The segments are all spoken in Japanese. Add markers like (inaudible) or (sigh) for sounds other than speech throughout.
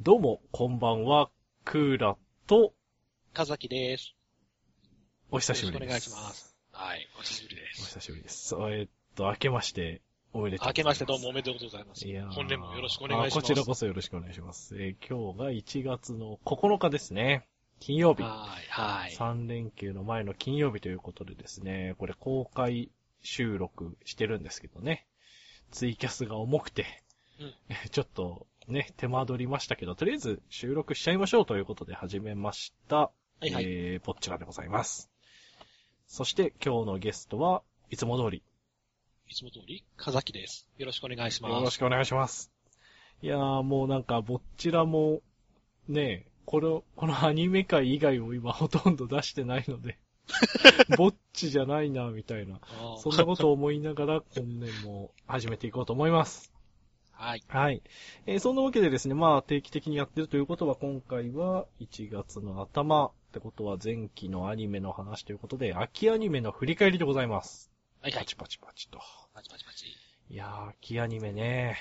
どうも、こんばんは、クーラと、かざきです。お久しぶりです。よろしくお願いします。はい、お久しぶりでおす。久しぶりです。えーっと、明けまして、おめでとう明ござけいま。ますしてどうもおめでとうございます。いやー本年もよろしくお願いします。あこちらこそよろしくお願いします。えー今日が1月の9日ですね。金曜日。はい、はい。 3連休の前の金曜日ということでですね、これ公開収録してるんですけどね。ツイキャスが重くて、うん (laughs) ちょっとね、手間取りましたけど、とりあえず収録しちゃいましょうということで始めました。はい、はい。えー、ポッチャラでございます。そして今日のゲストは、いつも通り、いつも通り、かざきです。よろしくお願いします。よろしくお願いします。いやー、もうなんか、ぼっちらも、ねえ、この、このアニメ界以外を今ほとんど出してないの (laughs) で、ぼっちじゃないな、みたいな。あーそんなことを思いながら、今年も始めていこうと思います。はい。はい。えーそんなわけでですね、まあ定期的にやってるということは今回は1月の頭ってことは前期のアニメの話ということで、秋アニメの振り返りでございます。はい、はパい。チパチパチと。パチパチパチ。いやー、秋アニメね。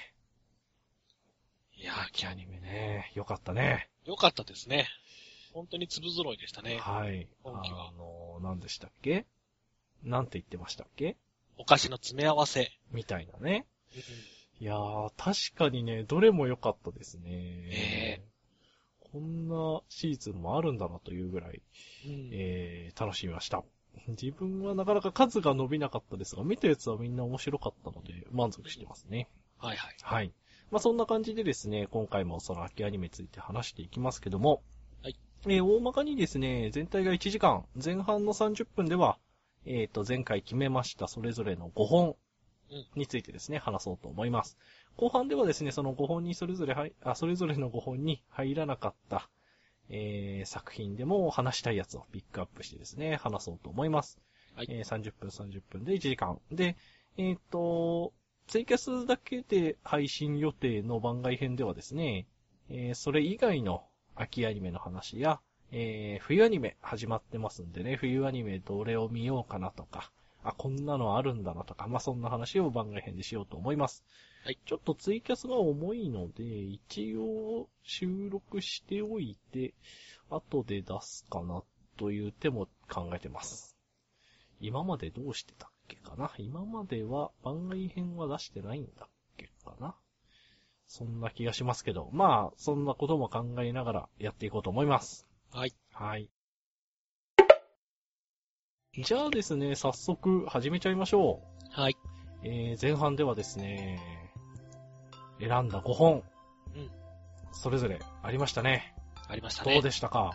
いや秋アニメね。よかったね。ー、よかったですね。本当に粒揃いでしたね。はい。今期はあのー、何でしたっけなんて言ってましたっけお菓子の詰め合わせ。みたいなね。うんいやー、確かにね、どれも良かったですねね。こんなシーズンもあるんだなというぐらいうんえー、楽しみました。自分はなかなか数が伸びなかったですが、見たやつはみんな面白かったので、満足してますね。はい、はい。はい。まあ、そんな感じでですね、今回もその秋アニメについて話していきますけども、はい。えー、大まかにですね、全体が1時間、前半の30分では、えっ、と、前回決めましたそれぞれの5本うんについてですね、話そうと思います。後半ではですね、その5本にそれぞれ入、あ、それぞれの5本に入らなかった、えー、作品でも話したいやつをピックアップしてですね、話そうと思います。はいえー、30分30分で1時間。で、えっ、と、ツイキャスだけで配信予定の番外編ではですね、えーそれ以外の秋アニメの話や、えー冬アニメ始まってますんでね、冬アニメどれを見ようかなとか、あ、こんなのあるんだなとか、まあ、そんな話を番外編でしようと思います。はい。ちょっとツイキャスが重いので、一応収録しておいて、後で出すかなという手も考えてます。今までどうしてたっけかな今までは番外編は出してないんだっけかなそんな気がしますけど、まあ、そんなことも考えながらやっていこうと思います。はい。はい。じゃあですね、早速始めちゃいましょう。はい。えー、前半ではですね、選んだ5本。うんそれぞれありましたね。ありましたね。どうでしたか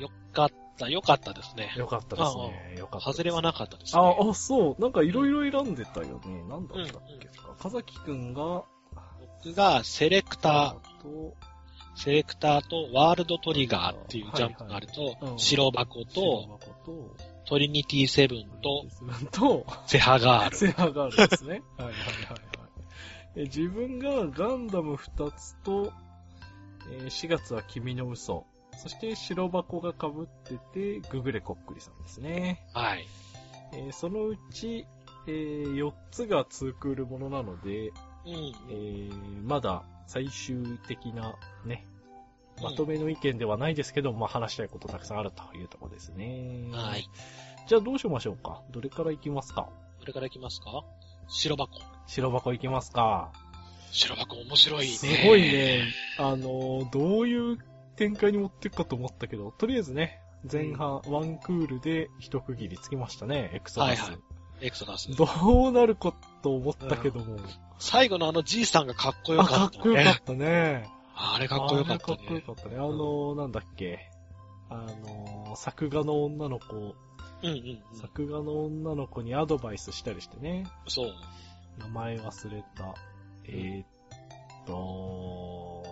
よかった、よかったですね。よかったですね。よかったです。外れはなかったですね。あ、あ、そう。なんかいろいろ選んでたよね。なんだったっけか。かざきくんが、僕がセレクター、と、セレクターとワールドトリガーっていうジャンプがあると、いはいうん白箱と、白箱と、トリニティセブンと、と、ゼハガール。セアガールですね。 (laughs) はいはいはいはい。え自分がガンダム2つと、えー4月は君の嘘。そして白箱が被ってて、ググレコックリさんですね。はい。えーそのうち、え4つが2クールものなので、うん。えーまだ最終的なね、まとめの意見ではないですけど、まあ話したいことたくさんあるというところですね。はい。。じゃあどうしましょうかどれからいきますかこれからいきますか白箱。白箱いきますか白箱面白いね。すごい。ね。あのー、どういう展開に持っていくかと思ったけど、とりあえずね、前半、ワンクールで一区切りつきましたね、エクソダス。はいはエクソダス。どうなるかと思ったけども。最後のあのじいさんがかっこよあ、かかっった、ね。こよかったね。あれかっこよかったあれかっこよね。かったね。あのー、なんだっけ。あのー、作画の女の子、うんうんうん。作画の女の子にアドバイスしたりしてね。そう。名前忘れた。えー、っと、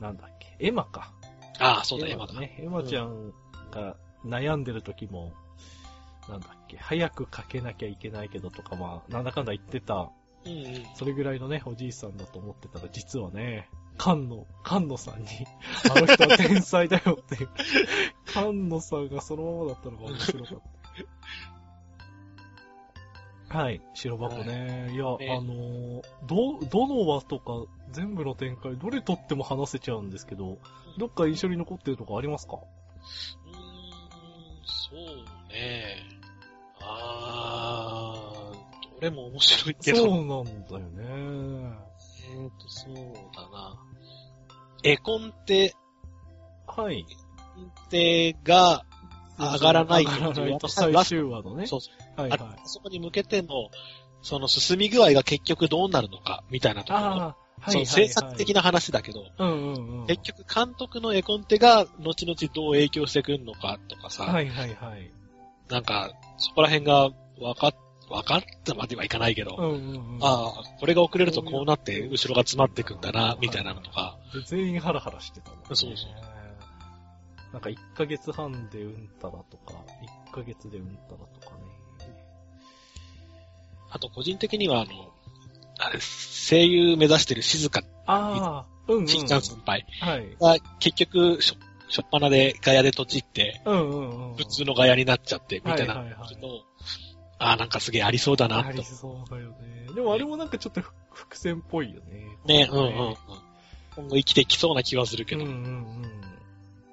なんだっけ、エマか。ああ、そうだ、エエママだ。ね。エマちゃんが悩んでる時も、なんだっけ、早くかけなきゃいけないけどとか、まあ、なんだかんだ言ってた、うんうん。それぐらいのね、おじいさんだと思ってたら、実はね、菅野、菅野さんに、あの人は天才だよっていう、菅野さんがそのままだったのが面白かった。はい、白箱ね。いや、ねあのーど、どの輪とか全部の展開、どれ取っても話せちゃうんですけど、どっか印象に残ってるとこありますかうーん、そうね。あー、どれも面白いけど。そうなんだよね。えーと、そうだな。絵コンテはい。テが上がらない上がらないとそう最ラス終話のね。そうはいはい。あそこに向けての、その進み具合が結局どうなるのか、みたいなところ。ああ、はいそはのい。制作的な。な話だけど、うんうんうん。結局監督の絵コンテが後々どう影響してくるのかとかさ、はいはいはい。なんか、そこら辺が分かっ、分かったまではいかないけど、うんうんうん。ああ、これが遅れるとこうなって後ろが詰まってくんだな、みたいなのとか、で全員ハラハラしてたもんね。そうそうなんか1ヶ月半でうんたらとか、1ヶ月でうんたらとかね。あと個人的にはあの、あれ声優目指してる静香、ああ、うんうん。ちっちゃん先輩はい。が結局、しょ、しょっぱなでガヤでとちって、うんうんうん。普通のガヤになっちゃって、みたいなはいはいのはいと、ああ、なんかすげえありそうだな、あとり。そうだよね。でもあれもなんかちょっと伏伏線っぽいよね。ね、うんうんうん。今後生きてきそうな気はするけうんど。うんうん。いや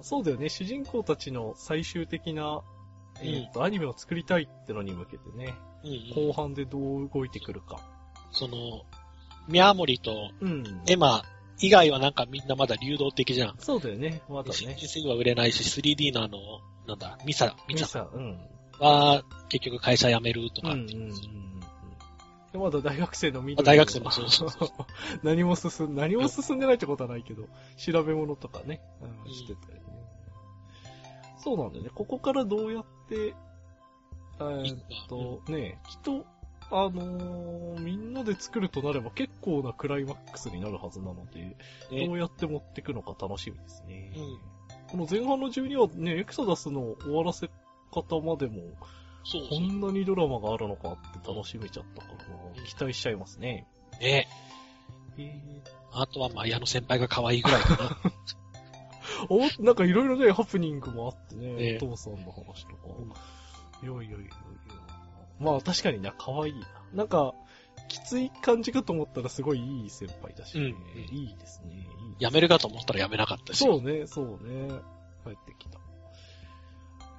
ーそうだよね。主人公たちの最終的な、えーっと、アニメを作りたいってのに向けてね、うんうん後半でどう動いてくるか。その、ミャーモリとうん。エマ以外はなんかみんなまだ流動的じゃん。そうだよね。まだね。 SG は売れないし、3D のあの、なんだ、ミサ、ミミササ、うん。は結局会社辞めるとうんかう。んうんうん。でまだ大学生のみまあ大学生もそうそうそ (laughs) 何も進ん、何も進んでないってことはないけど、調べ物とかね、う、うんんしてたよね。そうなんだよね。ここからどうやって、えーっと、ね、きっと、あのーみんなで作るとなれば結構なクライマックスになるはずなので、ねどうやって持ってくのか楽しみですね。うんこの前半の12はね、エクサダスの終わらせ方までも、そうそこうんなにドラマがあるのかって楽しめちゃったからな。期待しちゃいますね。ね。あとは、まあ、矢野先輩が可愛いぐらいかな。おなんかいろいろね、ハプニングもあってね、ねお父さんの話とか。いやいやいやいや。まあ確かにな、可愛いな。なんか、きつい感じかと思ったらすごいいい先輩だし、ねうんうんいいですね。いいですね辞めるかと思ったら辞めなかったし。そうね、そうね。帰ってきた。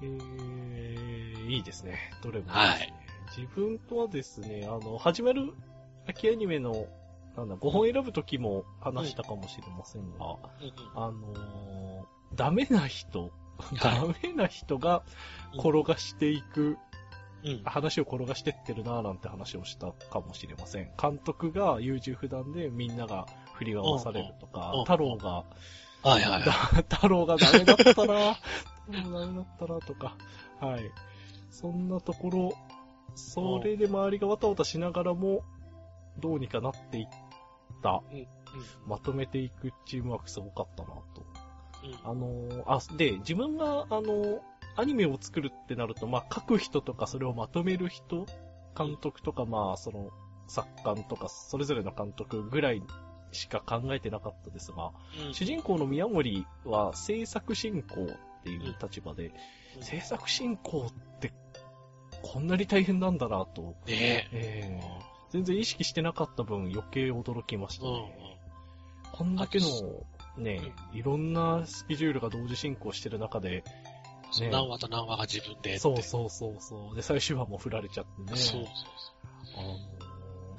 えー、いいですね。どれもいいですね。はい自分とはですね、あの、始まる秋アニメの、なんだ、5本選ぶときも話したかもしれませんが、うんうん。あのーダメな人、ダはメな人が転がしていく、い。うん。話を転がしてってるなぁなんて話をしたかもしれません。監督が優柔不断でみんなが振り回されるとかうんうん、太郎がはいはいはい。だ太郎がダメだったら、太郎ダメだったらとか、はい。そんなところ、それで周りがわたわたしながらも、どうにかなっていった、まとめていくチームワークすごかったなと。うんうんあのーあ、で、自分が、あのーアニメを作るってなると、まあ、書く人とか、それをまとめる人、監督とか、まあ、その、作家とか、それぞれの監督ぐらいしか考えてなかったですが、うん主人公の宮森は制作進行っていう立場で、うん制作進行ってこんなに大変なんだなと、ねえー全然意識してなかった分余計驚きましたうんうね。こんだけのあそ、ね、いろんなスケジュールが同時進行してる中で、んね何話と何話が自分でって。そうそうそうそう、で、最終話も振られちゃってね。そうそう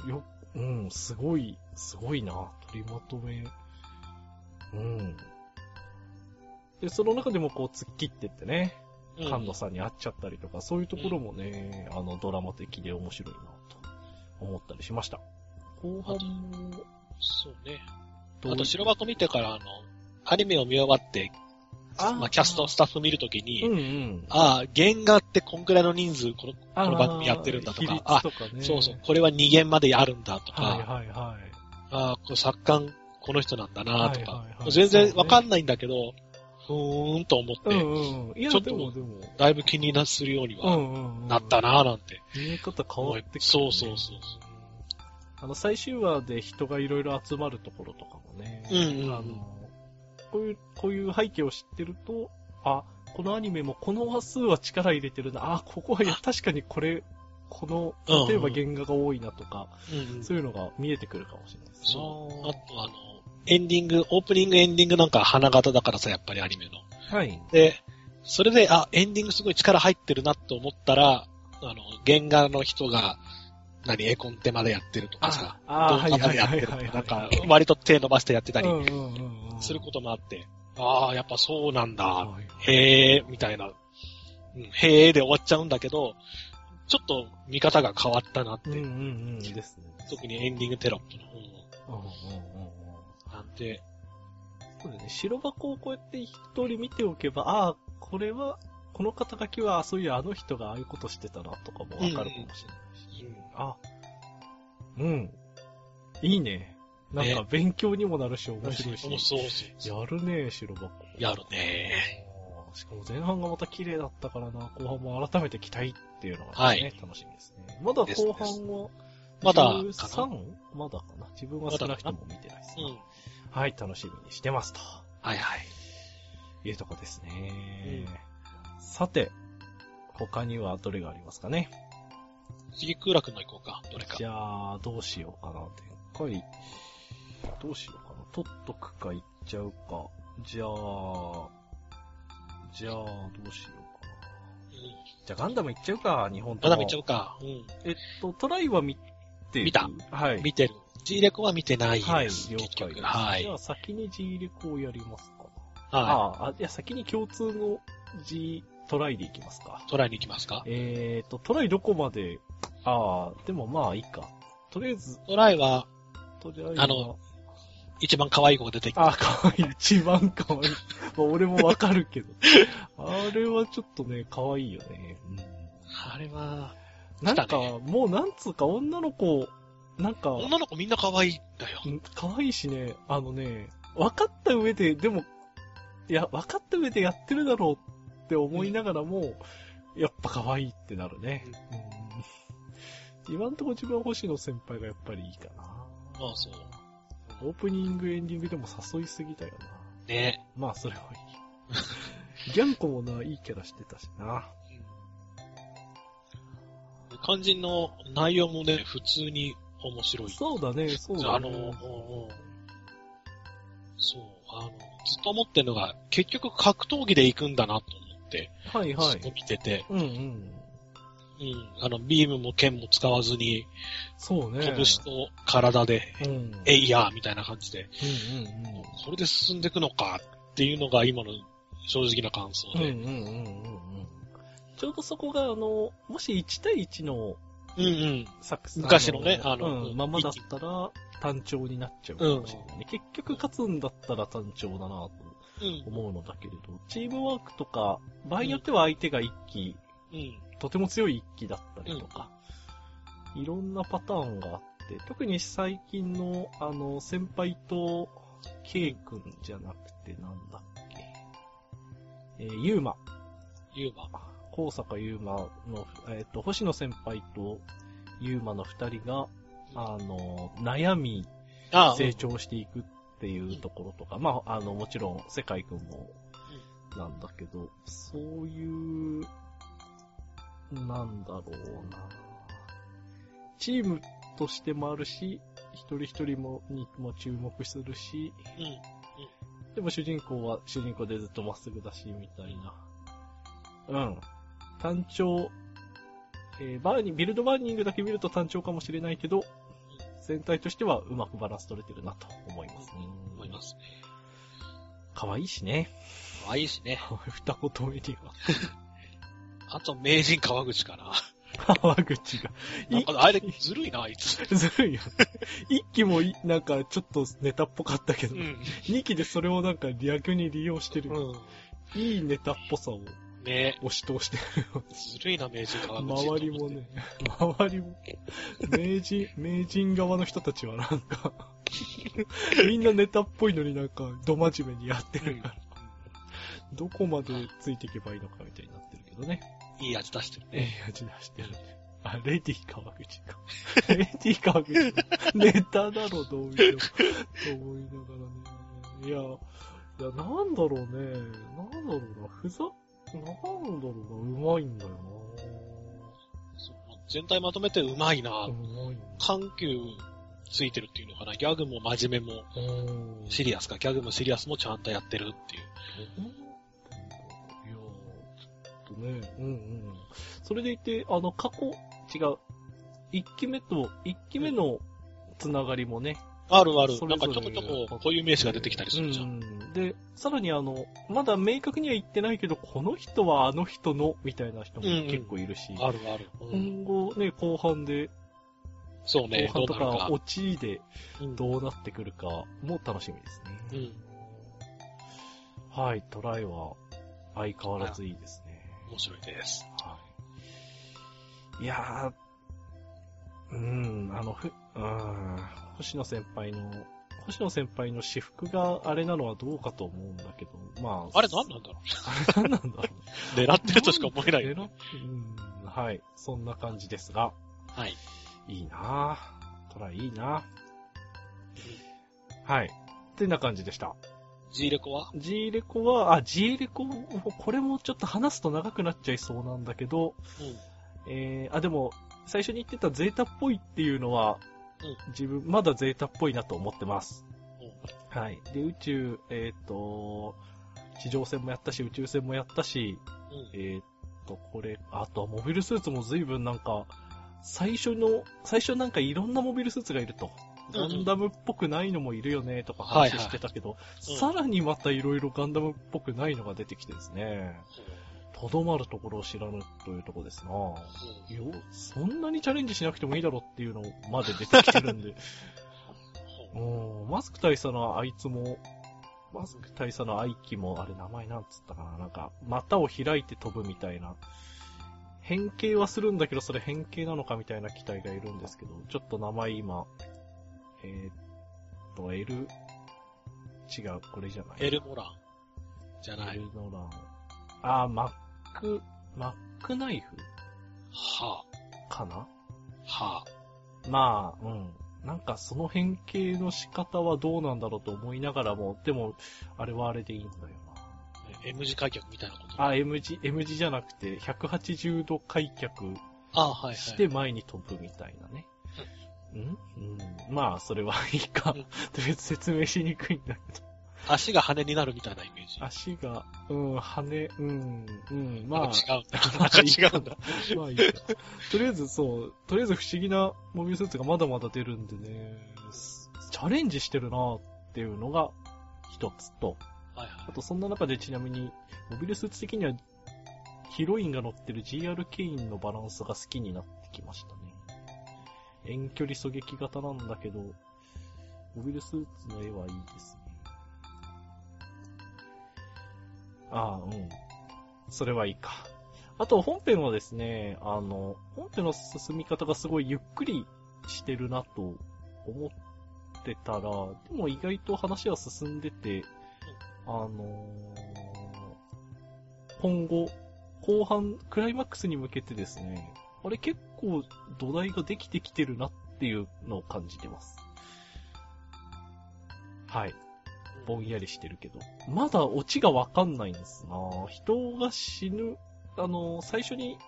あのーよ、うん、すごい、すごいな、取りまとめ。うん。で、その中でもこう、突っ切ってってね、そう。菅野さんに会っちゃったりとか、そういうところもね、あの、ドラマ的で面白いな、と思ったりしました。後半も、そうね。どうあと、白箱見てから、あの、アニメを見終わって、あーまあ、キャスト、スタッフ見るときうんに、うん。ああ、原画ってこんくらいの人数、この、あー、この番組やってるんだとか比率とかね。そうそう、これは2限まであるんだとか、はいはいはい。ああ、これ作家、この人なんだなとか、はいはいはい全然わかんないんだけど、ふーんと思って、うんうん。いや、ちょっでともでも。だいぶ気になするようにうは、んうんうん。なった。ななんて。見え方変わってきた、そうそうそう。あの、最終話で人がいろいろ集まるところとかもね。うんうんあの、こういう、こういう背景を知ってると、 (laughs) あ、このアニメもこの話数は力入れてるな。あ、ここは、いや、確かにこれ、このうんうん、例えば原画が多いなとか、うんうんそういうのが見えてくるかもしれないですね。そう。あとあの、エンディング、オープニングエンディングなんか花形だからさ、やっぱりアニメの。はい。で、それで、あ、エンディングすごい力入ってるなと思ったら、あの、原画の人が、何、絵コンテまでやってるとかさ、あ動画までやってるとか、なんか、割と手伸ばしてやってたりうんうんうんうんすることもあって、ああ、やっぱそうなんだ、はいへえ、みたいな、うん、へえで終わっちゃうんだけど、ちょっと見方が変わったなって、うんうんうん。ですね。特にエンディングテロップの方のうんうんうんうん。なんて、そうですね。白箱をこうやって一通り見ておけば、ああ、これは、この肩書きは、そういうあの人がああいうことしてたなとかもわかるかもしれないし。うんあ、うん。いいね。なんかね勉強にもなるし、面白いし。そうそうそう。やるね、白箱。やるね。あーしかも前半がまた綺麗だったからな、後半も改めて期待っていうのがね、はい楽しみですね。まだ後半は、まだかな 13? まだかな自分は少なくとも見てないですうね、ん。はい、楽しみにしてますとはいはい。いうとこですね。さて、他にはどれがありますかね次空楽の行こうか、どれかじ。ゃあ、どうしようかな。展開、どうしようかな。取っとくか、いっちゃうか。じゃあ、じゃあ、どうしようかな。うんじゃあ、ガンダムいっちゃうか、日本とまもだ見ちゃうか。うえっと、トライは見てる見た。はい。ん。見てる。G レコは見てないです。はい、了結解局です。はじい。ゃはいあ、。先に G レコをやりますか。あああ、あいや、先に共通の G トライでいきますか。トライに行きますかえっと、トライどこまで、ああ、でもまあいいか。とりあえず、トライは、とりあえず、あの、一番可愛い子が出てきた。あ、かわいい。一番かわいい。まあ、俺もわかるけ (laughs) ど。あれはちょっとね、かわいいよね。あれは、なん来たか、ねもうなんつうか女の子、なんか、女の子みんな可愛いんだよう。ん可愛いしね、あのね、分かった上で、でも、いや、分かった上でやってるだろうって思いながらも、やっぱ可愛いってなるね。うん、今んとこ自分は星野先輩がやっぱりいいかな。まあそう。オープニング、エンディングでも誘いすぎたよな。ね。まあ、それはいい。ギャンコもな、いいキャラしてたしな。うん肝心の内容もね、普通に面白い。そうだね、そうだね。あの、うんうんそう、あの、ずっと思ってるのが、結局格闘技で行くんだなと思って、はいはずっとい。見てて、うんうん。うん、あの、ビームも剣も使わずに、そうね。拳と体で、うん。うんうんえいやーみたいな感じで、うん。それで進んでいくのかっていうのが今の正直な感想うんうんで。うんうんうん。ちょうどそこが、あの、もし1対1のうんうん。作戦昔のねあのうんままだったら単調になっちゃうかもしれないね。結局勝つんだったら単調だなとうん。思うのだけれど、チームワークとか、場合によっては相手が一機、うん。とても強い一機だったりとか、いろんなパターンがあって、特に最近の、あの、先輩と、K 君じゃなくてなんだっけ、えー、ユーマ。ユーマ。高坂優馬の、えっ、と、星野先輩と優馬の二人が、あの、悩み、あ成長していくっていうところとか、まあ、あの、もちろん、世界くんも、なんだけど、そういう、なんだろうなチームとしてもあるし、一人一人も、にも注目するし、うん。うんでも主人公は主人公でずっとまっすぐだし、みたいな。うん。単調、えーバーニン、ビルドバーニングだけ見ると単調かもしれないけど、全体としてはうまくバランス取れてるなと思いますね。思いま。すね。可愛いしね。 (laughs) 可愛いしね。二言目にあと、名人川口か (laughs) な。は。川口が。なんか、あれ、ずるいな、あいつ。ずるいよ。一期もい、なんか、ちょっとネタっぽかったけうど、ん。二期でそれをなんか、逆に利用してる。いいネタっぽさをね押し通してずるいな、名人川口。周りもね。、周りも、名人、名人側の人たちはなん (laughs) か、みんなネタっぽいのになんか、ど真面目にやってうるんから、どこまでついていけばいいのかみたいになってるけどね。いい味出してるえね。え味出してるね。あ、レディ川口か。レディ川口のネタだろ、どういうと思いながらね。いや、いや、なんだろうね。なんだろうな。ふざ、なんだろうな。うまいんだよな。そう全体まとめてうまいなう。まい緩急ついてるっていうのかな。ギャグも真面目も、うん。シリアスか、ギャグもシリアスもちゃんとやってるっていう。うんいやーちょっとね、うんうん。それでいて、あの、過去、違う。一期目と、一期目のつながりもね。あるある。そなれんぞかれちょこちょこ、こういう名詞が出てきたりするじゃん。うんで、さらにあの、まだ明確には言ってないけど、この人はあの人の、みたいな人も結構いるし。あるある。う今ん後ね、後半で、そう後ね、ど半うとなるかか、。落ちでうんどうなってくるかも楽しみですね。うんはい、トライは相変わらずいいですね。面白いです。はい。いやー、うん、あの、ふ、うん、星野先輩の、星野先輩の私服があれなのはどうかと思うんだけど、まあ。あれ何なんだろあれ何なんだろうう狙ってるとしか思えないね。よね。うん、はい、そんな感じですが、はい。いいなぁ。トライいいなぁ。はい。ってな感じでした。 G レコは G レコは、あ、G レコも、これもちょっと話すと長くなっちゃいそうなんだけど、えー、あ、でも、最初に言ってたゼータっぽいっていうのは、自分、まだゼータっぽいなと思ってます。はい。で、宇宙、えっ、と、地上戦もやったし、宇宙船もやったし、うん。うん。うん。えーっと、これ、あとはモビルスーツも随分なんか、最初の、最初なんかいろんなモビルスーツがいると。うんうガんンダムっぽくないのもいるよね、とかはいはい話してたけど、うんさらにまたいろいろガンダムっぽくないのが出てきてですね、とどまるところを知らぬというところですなうんよ、そんなにチャレンジしなくてもいいだろっていうのまで出てきてるん (laughs) で、うんマスク大佐のあいつも、マスク大佐の愛機も、あれ名前なんつったかななんか、股を開いて飛ぶみたいな。変形はするんだけど、それ変形なのかみたいな機体がいるんですけど、ちょっと名前今、えー、っと、L、違う、これじゃない。エルモランじゃない。エはルノラン。あー、マック、マックナイフかなあ、はあ。まあ、うん。なんかその変形の仕方はどうなんだろうと思いながらも、でも、あれはあれでいいんだよね M 字開脚みたいなこと。な。あ、M 字、M 字じゃなくて、180度開脚ああ、はい、はい。して前に飛ぶみたいなね。うん、うん、まあ、それはいいか。うと (laughs) んりあえず説明しにくいんだけど。足が羽になるみたいなイメージ。足が、うん、羽、うん、うん、なまあんか、違うんだ。なんか違うんだ。まあいいやとりあえずそう、とりあえず不思議なモビルスーツがまだまだ出るんでね、チャレンジしてるなっていうのが一つと、はいあはとそんな中でちなみに、モビルスーツ的にはヒロインが乗ってる GR ケインのバランスが好きになってきましたね。遠距離狙撃型なんだけど、モビルスーツの絵はいいですね。ああ、うん。それはいいか。あと本編はですね、あの、本編の進み方がすごいゆっくりしてるなと思ってたら、でも意外と話は進んでて、あのー今後、後半、クライマックスに向けてですね、あれ結構土台ができてきてるなっていうのを感じてます。はい。い。ぼんやりしてるけど。まだオチがわかんないんですな人が死ぬ、あのー最初に、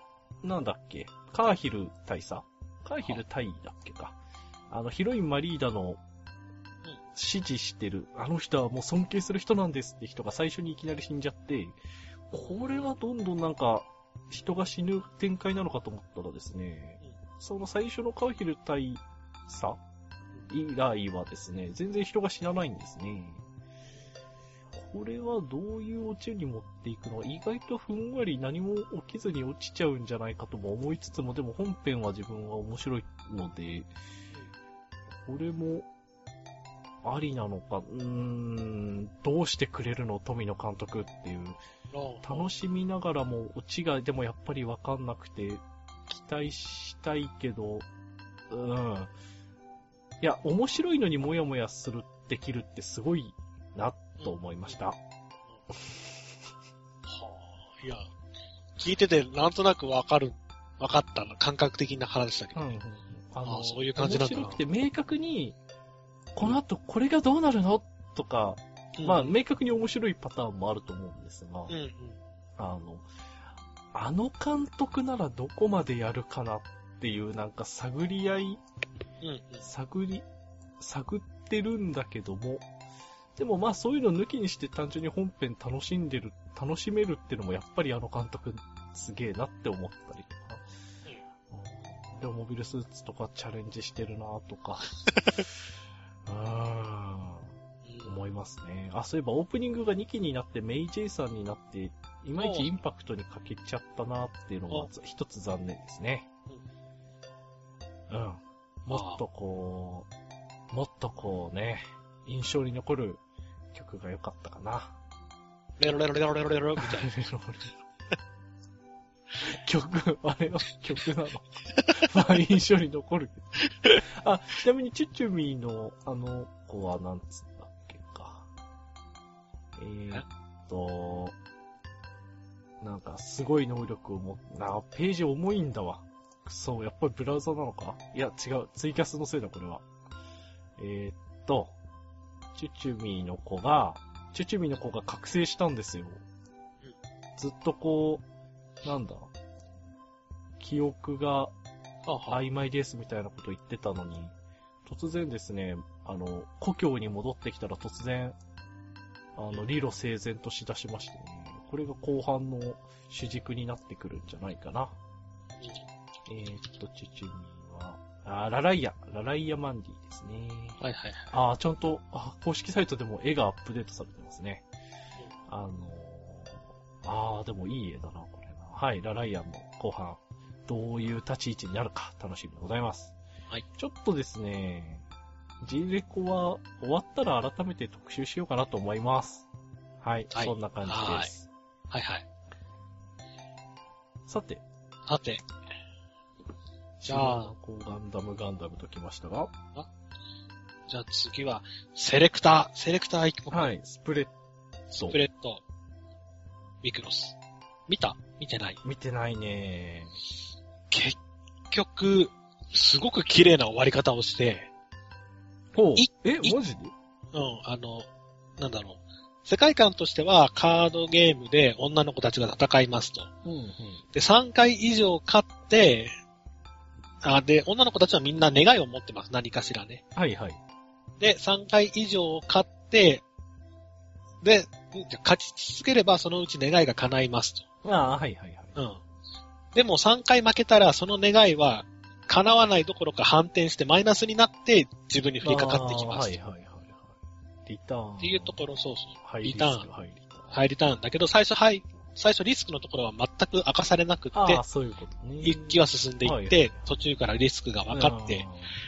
なんだっけ、カーヒル大佐カーヒル大だっけか。あの、ヒロインマリーダの、支持してる、あの人はもう尊敬する人なんですって人が最初にいきなり死んじゃって、これはどんどんなんか、人が死ぬ展開なのかと思ったらですね、その最初のカーヒル大佐以来はですね、全然人が死なないんですね。これはどういうオチに持っていくのか意外とふんわり何も起きずに落ちちゃうんじゃないかとも思いつつも、でも本編は自分は面白いので、これも、ありなのか、うーん、どうしてくれるの、富野監督っていう。楽しみながらも、オチがでもやっぱりわかんなくて、期待したいけど、うん。いや、面白いのにもやもやする、できるってすごいな、と思いました。はあ、いや、聞いててなんとなくわかる、わかったな感覚的な話だけど。うん。ああそういう感じなんだ面白くて、明確に、この後これがどうなるのとか、うんまあ、明確に面白いパターンもあると思うんですが、うんうん。あの、あの監督ならどこまでやるかなっっていうなんか探り合い、うんうん。探り、探ってるんだけども、でもまあそういうの抜きにして単純に本編楽しんでる、楽しめるってのもやっぱりあの監督すげえなって思ったりとか。うんでもモビルスーツとかチャレンジしてるなとか。うーん。思いますね。あ、そういえばオープニングが2期になってメイ・ジェイさんになって、いまいちインパクトに欠けちゃったなっていうのが一つ残念ですね。うん。もっとこう、もっとこうね、印象に残る曲が良かったかな。レロレロレロレロレロみたいな。曲、あれは曲 (laughs) なの。まあ印象に残るけど。あ、ちなみにチュチュミーのあの子はなんつったっけか。えー、っと、なんかすごい能力を持って、なあ、ページ重いんだわ。くそ、やっぱりブラウザなのかいや、違う。ツイキャスのせいだ、これは。えー、っと、チュチュミーの子が、チュチュミーの子が覚醒したんですよ。ずっとこう、なんだ、記憶がはあはあ曖昧ですみたいなこと言ってたのに、突然ですね、あの、故郷に戻ってきたら突然、あの、理路整然としだしましてね、これが後半の主軸になってくるんじゃないかな。えー、っと、チュチュミーは、あー、ラライア、ラライアマンディですね。はいはいはい。あー、ちゃんと、あ、公式サイトでも絵がアップデートされてますね。あのー、あー、でもいい絵だな、これな。はい、ラライアンも後半、どういう立ち位置になるか、楽しみでございます。はい。ちょっとですね、G レコは終わったら改めて特集しようかなと思います。はい、はいそんな感じです。はいはい。さて、さて、じゃあ、こうガンダムガンダムときましたが、じゃあ次は、セレクター。セレクター行きまはい、スプレッす。ドプ。レッド、ミクロス。見た見てない。見てないね結局、すごく綺麗な終わり方をして、ほうい。え、いマジでうん、あの、なんだろう。世界観としては、カードゲームで女の子たちが戦いますと。うん、うん。で、3回以上勝って、あ、で、女の子たちはみんな願いを持ってます。何かしらね。はいはい。で、3回以上勝って、で、うん勝ち続ければそのうち願いが叶いますああ、はいはいはい。と。うん。でも3回負けたらその願いは叶わないどころか反転してマイナスになって自分に降りかかってきます。はいっはいはいはい。リターン。ていうところ、そうそう。はい、リターンリスクはい、リターン。入りたんだけど、最初、はい、最初リスクのところは全く明かされなくってああ、、そういうことね。一気は進んでいっはいて、途中からリスクが分かって、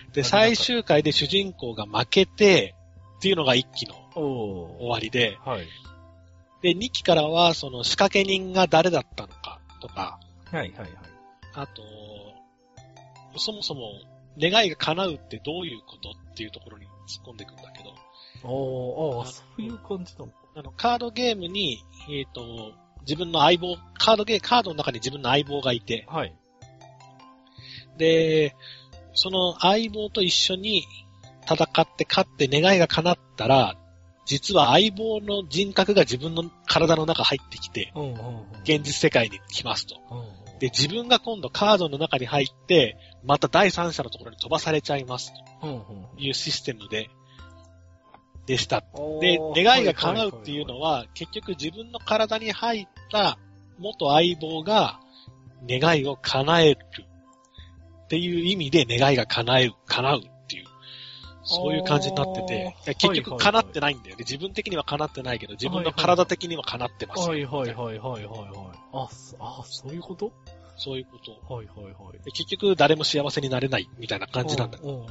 うん。で、最終回で主人公が負けて、っていうのが一期のお終おわりで、はい。で、二期からは、その仕掛け人が誰だったのかとか、はいはいはい。あと、そもそも願いが叶うってどういうことっていうところに突っ込んでいくんだけど、おー、ああ、そういう感じなのか。あの、カードゲームに、えっ、と、自分の相棒、カードゲー、カードの中に自分の相棒がいて、はい。で、その相棒と一緒に戦って勝って願いが叶ったら、実は相棒の人格が自分の体の中入ってきて、うんうんうん。現実世界に来ますと。うんうん。で、自分が今度カードの中に入って、また第三者のところに飛ばされちゃいますうんうんというシステムで、でした。おで、ー願いが叶うっていうのはは、結局自分の体に入った元相棒が願いを叶えるっていう意味で願いが叶える、叶うっていう、そういう感じになってて、いあーや結は局いはいは叶いってないんだよね。自分的には叶ってないけど、自分はいのはい体的には叶ってます。はいはいはいはいはいはい。あ、そあそういうことそういうこと。はいはいはい。で結局誰も幸せになれないみたいな感じなんだ。うんうんうんうん。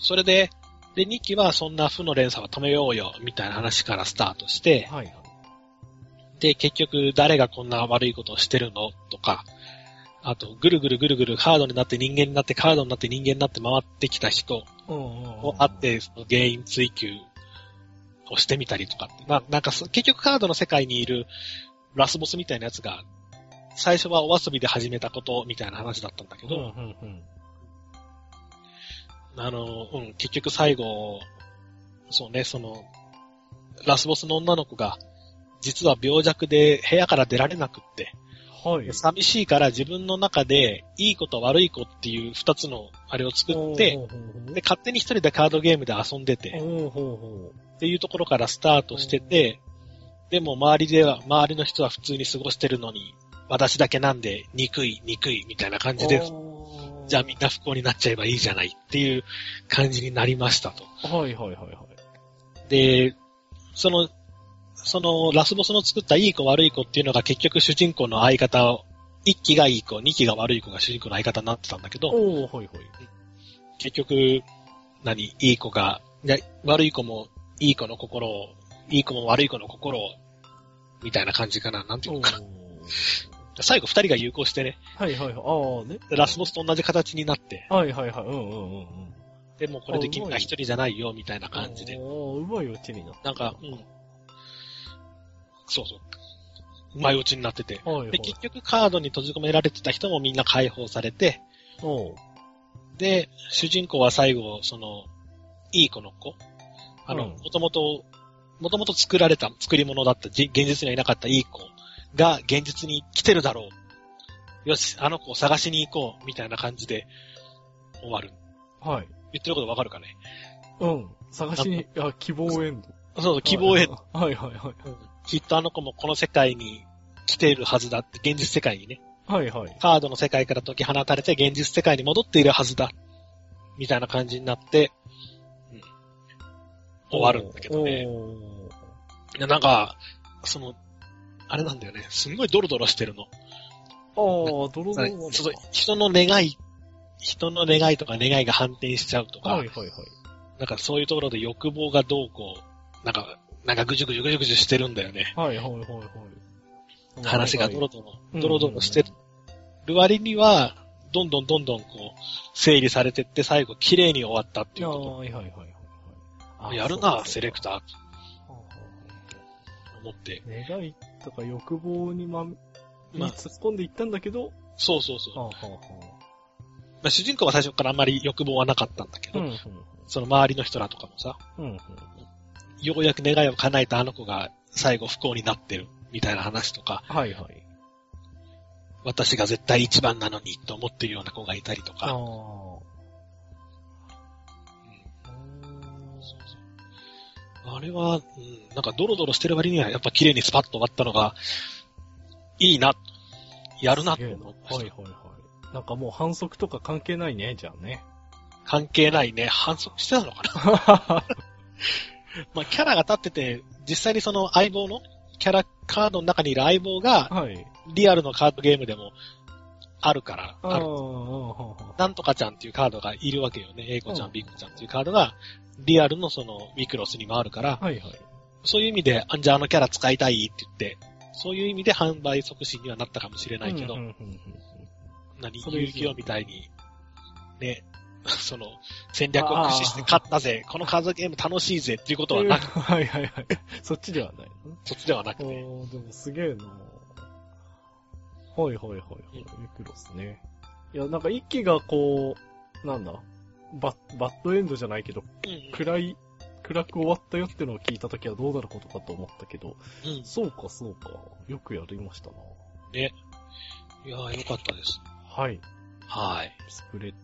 それで、で、2期はそんな負の連鎖は止めようよみたいな話からスタートして、はいはい。で、結局誰がこんな悪いことをしてるのとか、あと、ぐるぐるぐるぐるカードになって人間になってカードになって人間になって回ってきた人うんうんうん。をあっ。て、その原因追求をしてみたりとかって。ななんかそ、結局カードの世界にいるラスボスみたいなやつが、最初はお遊びで始めたことみたいな話だったんだけうんうど、んうん。あの、うん、結局最後、そうね、その、ラスボスの女の子が、実は病弱で部屋から出られなくって、はい。寂しいから自分の中で、いい子と悪い子っていう二つのあれを作って、ほうほうほう、で、勝手に一人でカードゲームで遊んでて、ほうほうほっていうところからスタートしてて、でも周りでは、周りの人は普通に過ごしてるのに、私だけなんで、憎い、憎い、みたいな感う。じで、あーじゃあみんな不幸になっちゃえばいいじゃないっていう感じになりましたと。はいはいはいはい。で、その、そのラスボスの作ったいい子悪い子っていうのが結局主人公の相方を、一期がいい子、二期が悪い子が主人公の相方になってたんだけど、おー、はいはい。結局、何、いい子が、いや悪い子もいい子の心を、いい子も悪い子の心を、みたいな感じかな、なんていうおのーか。最後二人が友好してね、はいはいはい。ああね。ラスボスと同じ形になって、はいはいはい。うんうんうんうん。でもうこれで君あうまはい一人じゃないよ、みたいな感じで。あーうまいオチになったなんか、うん。そうそう。うまいオチになってて。はいはで、い。結局カードに閉じ込められてた人もみんな解放されて、おうで、主人公は最後、その、いい子の子あうの、んもともと、もともと作られた、作り物だった、じ現実にはいなかったいい子が現実に来てるだろう。よし、あの子を探しに行こう、みたいな感じで終わる。はい。言ってることわかるかねうん。探しに、あ、希望エンド。そうそう、希望へはいはいはい。きっとあの子もこの世界に来ているはずだって、現実世界にね、はいはい。カードの世界から解き放たれて現実世界に戻っているはずだ、みたいな感じになって、うん、終わるんだけどね。おー。いやなんか、その、あれなんだよね、すんごいドロドロしてるの。ああ、ドロドロなんだその人の願い、人の願いとか願いが反転しちゃうとか、はいはいはい。なんかそういうところで欲望がどうこう、なんか、なんかぐじゅぐじゅぐじゅぐじゅしてるんだよね。はいはいはいはい。話がドロドドロ、ドロドロしてるる割には、どんどんどんどんこう、整理されてって最後綺麗に終わったっていうこはいはいはいはいと。あ。やるな、セレクターとタ思って。ー。願いとか欲望にまみ、にまあ、突っ込んでいったんだけど、そうそうそう。はあはまあ、主人公は最初からあんまり欲望はなかったんだけあど、はあ。うんその周りの人らとかもさ、うん。うんうん。ようやく願いを叶えたあの子が最後不幸になってるみたいな話とか、はいはい。私が絶対一番なのにと思ってるような子がいたりとああ。か、うんあれは、うん、なんかドロドロしてる割にはやっぱ綺麗にスパッと終わったのが、いいな、やるなってすげえな思はっいたはいはい。なんかもう反則とか関係ないね、じゃあ (laughs) ね。関係ないね。反則してたのかなまあ、キャラが立ってて、実際にその相棒の、キャラカードの中にいる相棒が、はい。リアルのカードゲームでも、あるから、あああ、る。はあはなんとかちゃんっていうカードがいるわけよね。A 子ちゃうんん、B 子ちゃんっていうカードが、リアルのその、ミクロスにもあるからあ、はいはい。そういう意味で、あじゃああのキャラ使いたいって言って、そういう意味で販売促進にはなったかもしれないけど、うんうんうんうん何、それ以上遊戯王みたいに、ね、 (laughs) その、戦略を駆使して勝ったぜ、このカードゲーム楽しいぜっていうことはなく、 (laughs) はいはいはい。そっちではないのね。そっちではなくて、おー、でもすげえなはいはいはいはい。ミクロスね。いや、なんか一気がこう、なんだ、バッ、バッドエンドじゃないけど、う暗い、暗く終わったよってのを聞いたときはどうなることかと思ったけど、ん、うん。そうかそうか。よくやりましたなうんいやーよかったです。はい。はい。スプレッ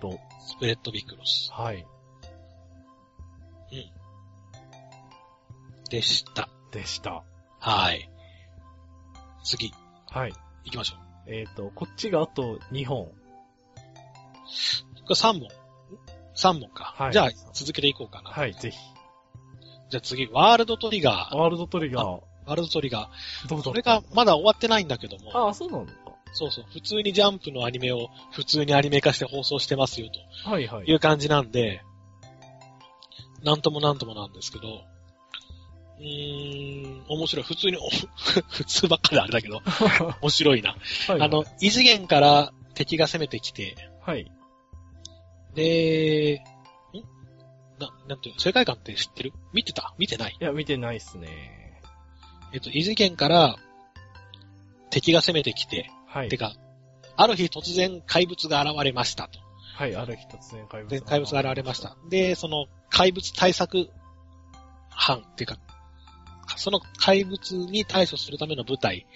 ド。スプレッドビクロスはい。でした。でした。はい。次、はい。行きましょう。えっ、と、こっちがあと2本。これ3問。3問か。はいじゃあ、続けていこうかな。はい、ぜひ。じゃあ次、ワールドトリガー。ワールドトリガー、ワールドトリガー。どうぞ。これがまだ終わってないんだけども、ああ、そうなのか。そうそう、普通にジャンプのアニメを普通にアニメ化して放送してますよとはいはいい。う感じなんで、なんともなんともなんですけど、うーん、面白い。普通に、お (laughs) 普通ばっかりあれだけど、 (laughs) は面白いな。いはいあの、、異次元から敵が攻めてきて、はい。で、んな、なんていうの、世界観って知ってる見てた見てないいや、見てないっすね。えっと、異次元から敵が攻めてきて、はい。てか、ある日突然怪物が現れましたと。はい、ある日突然怪物で怪物が現れました。。で、その怪物対策班っていうか、その怪物に対処するための部隊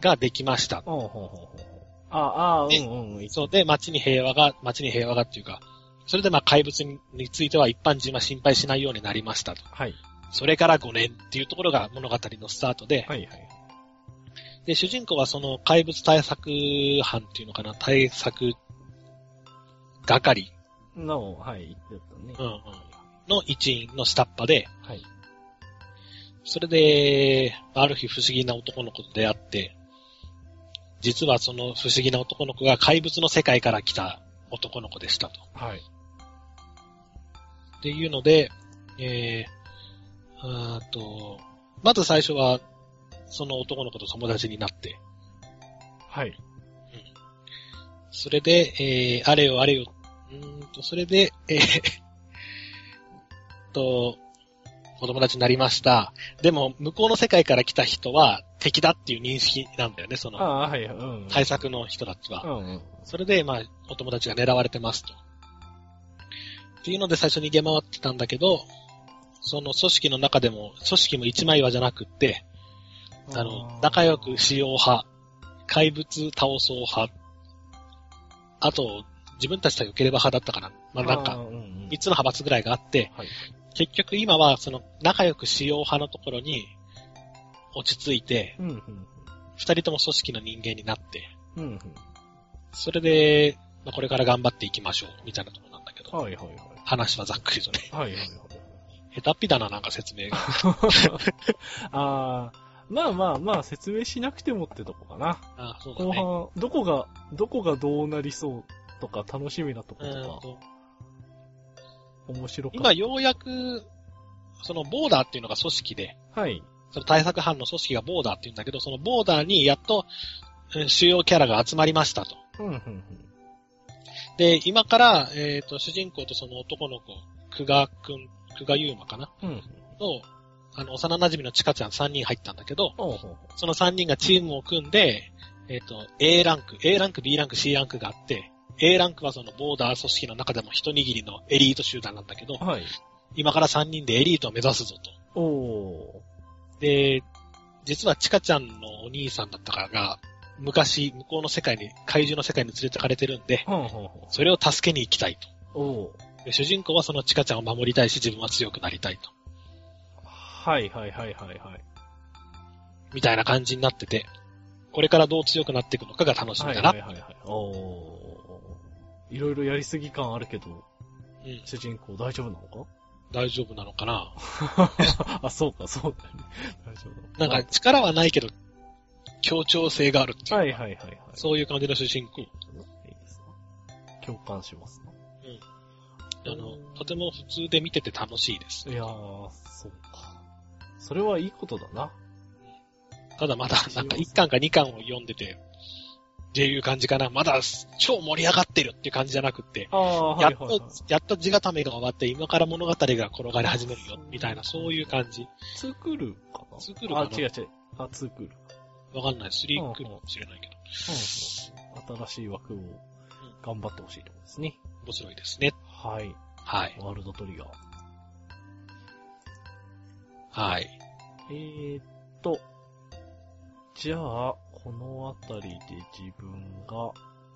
ができました。ほうほうほうほう。ああ、うんでうん。そうで、街に平和が、街に平和がっていうか、それでまあ怪物にについては一般人は心配しないようになりましたと。はい。それから5年っていうところが物語のスタートで、はいはい。で、主人公はその怪物対策班っていうのかな、対策係、の、はい、言ってたね。うんうんの一員の下っ端で、はい。それで、ある日不思議な男の子と出会って、実はその不思議な男の子が怪物の世界から来た男の子でしたと。はい。っていうので、えー、あーと、まず最初は、その男の子と友達になって、はい。それで、えー、あれよあれよ、うーんと、それで、えー、 (laughs) と、お友達になりました。でも、向こうの世界から来た人は敵だっていう認識なんだよね、そあの、あ、はい、うん。対策の人たちはう。んうん。それで、まあ、お友達が狙われてますと。っていうので最初逃げ回ってたんだけど、その組織の中でも、組織も一枚岩じゃなくって、あの、仲良くしよう派、怪物倒そう派、あと、自分たちだけ受ければ派だったかな。まあなんあーか、うんうん三つの派閥ぐらいがあって、はい。結局今はその仲良くしよう派のところに落ち着いて、うんうん。二人とも組織の人間になって、うんうん。それで、まあ、これから頑張っていきましょう、みたいなところなんだけど。はいはいはい。話はざっくりとね。 (laughs) はいはいはい。下手っぴだな、なんか説明が。ああ、まあまあまあ、説明しなくてもってとこかな。あそうだ後ね。半、どこが、どこがどうなりそうとか、楽しみなとこうーんととか、面白かっ今、ようやく、そのボーダーっていうのが組織で、た。はい。その対策班の組織がボーダーっていうんだけど、そのボーダーにやっとうん主要キャラが集まりましたと。うんうんうん。で、今から、えっ、と、主人公とその男の子、久我くん、久我優馬かなうん。と、あの、幼馴染のチカちゃん3人入ったんだけど、おうほうその3人がチームを組んで、えっ、と、A ランク、A ランク、B ランク、C ランクがあって、A ランクはそのボーダー組織の中でも一握りのエリート集団なんだけど、はい。今から3人でエリートを目指すぞと。おおで、実はチカちゃんのお兄さんだったからが、昔向こうの世界に、怪獣の世界に連れてかれてるんで、ー。はんはんはん。それを助けに行きたいおおと。で主人公はそのチカちゃんを守りたいし、自分は強くなりたいと。はいはいはいはいはい。みたいな感じになってて、これからどう強くなっていくのかが楽しはみいだはな。いはいはい。おおー。いろいろやりすぎ感あるけど、うん、主人公大丈夫なの大丈夫なのかなか (laughs) あ、そうか、そうだよね。 (laughs) 大丈夫なんか力はないけど、協調性があるっていうか。はいはいはいはい。そういう感じの主人公。いいですな共感しますな。あの、とても普通で見てて楽しいです。いやー、そうか。それはいいことだな。ただまだ、なんか1巻か2巻を読んでて、っていう感じかな。まだ超盛り上がってるっていう感じじゃなくって、ああ、やはっいはい、はいと。、やっと地固めが終わって、今から物語が転がり始めるよ、みたいな、そういう感じ。ツークールかなツークールかなあ、違う違う。あ、ツークール。うんわかんない。3来るかもしれないけど、新しい枠を頑張ってほしいところですね。面白いですね。はい。はい。ワールドトリガー。はい。えー、っと。じゃあ、このあたりで自分が、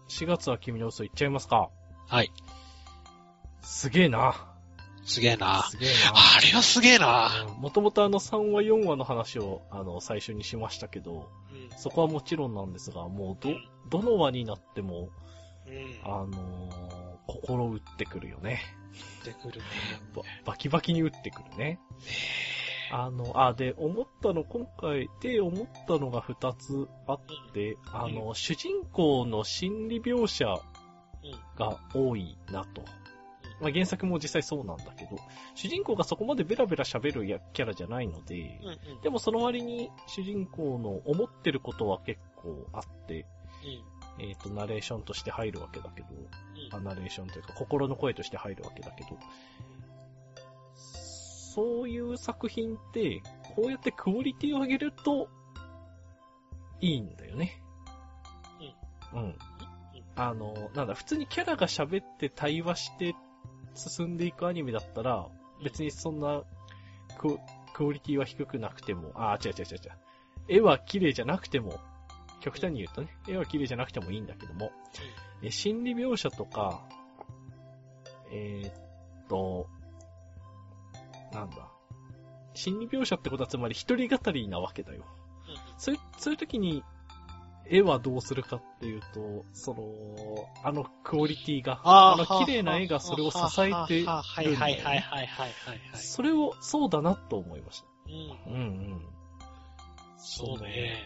4月は君の嘘言っちゃいますか。はい。すげえな。すげえな。すげえあれはすげえな。な。もともとあの3話4話の話をあの最初にしましたけど、うんそこはもちろんなんですが、もうど、どの輪になっても、うん。あのー、心打ってくるよね。出てくるね。ばバキバキに打ってくるね。あの、あ、で、思ったの、今回で思ったのが2つあって、あの、主人公の心理描写うん。が多いなと。まあ、原作も実際そうなんだけど、主人公がそこまでベラベラ喋るやキャラじゃないので、うんうんでもその割に主人公の思ってることは結構あって、えっ、と、ナレーションとして入るわけだけど、まあナレーションというか心の声として入るわけだけど、そういう作品って、こうやってクオリティを上げると、いいんだよね。うん。あの、なんだ、普通にキャラが喋って対話して進んでいくアニメだったら、別にそんなク、クオリティは低くなくても、あー、違う違う違う違う。絵は綺麗じゃなくても、極端に言うとね、絵は綺麗じゃなくてもいいんだけども、え心理描写とか、えーっと、なんだ。心理描写ってことはつまり一人語りなわけだよ。そういう、そういう時に、絵はどうするかっていうと、その、あのクオリティが、あの綺麗な絵がそれを支えてるんだよねはいはいはいはいはいはいはい。それを、そうだなと思いました。うんうんうん。そうね。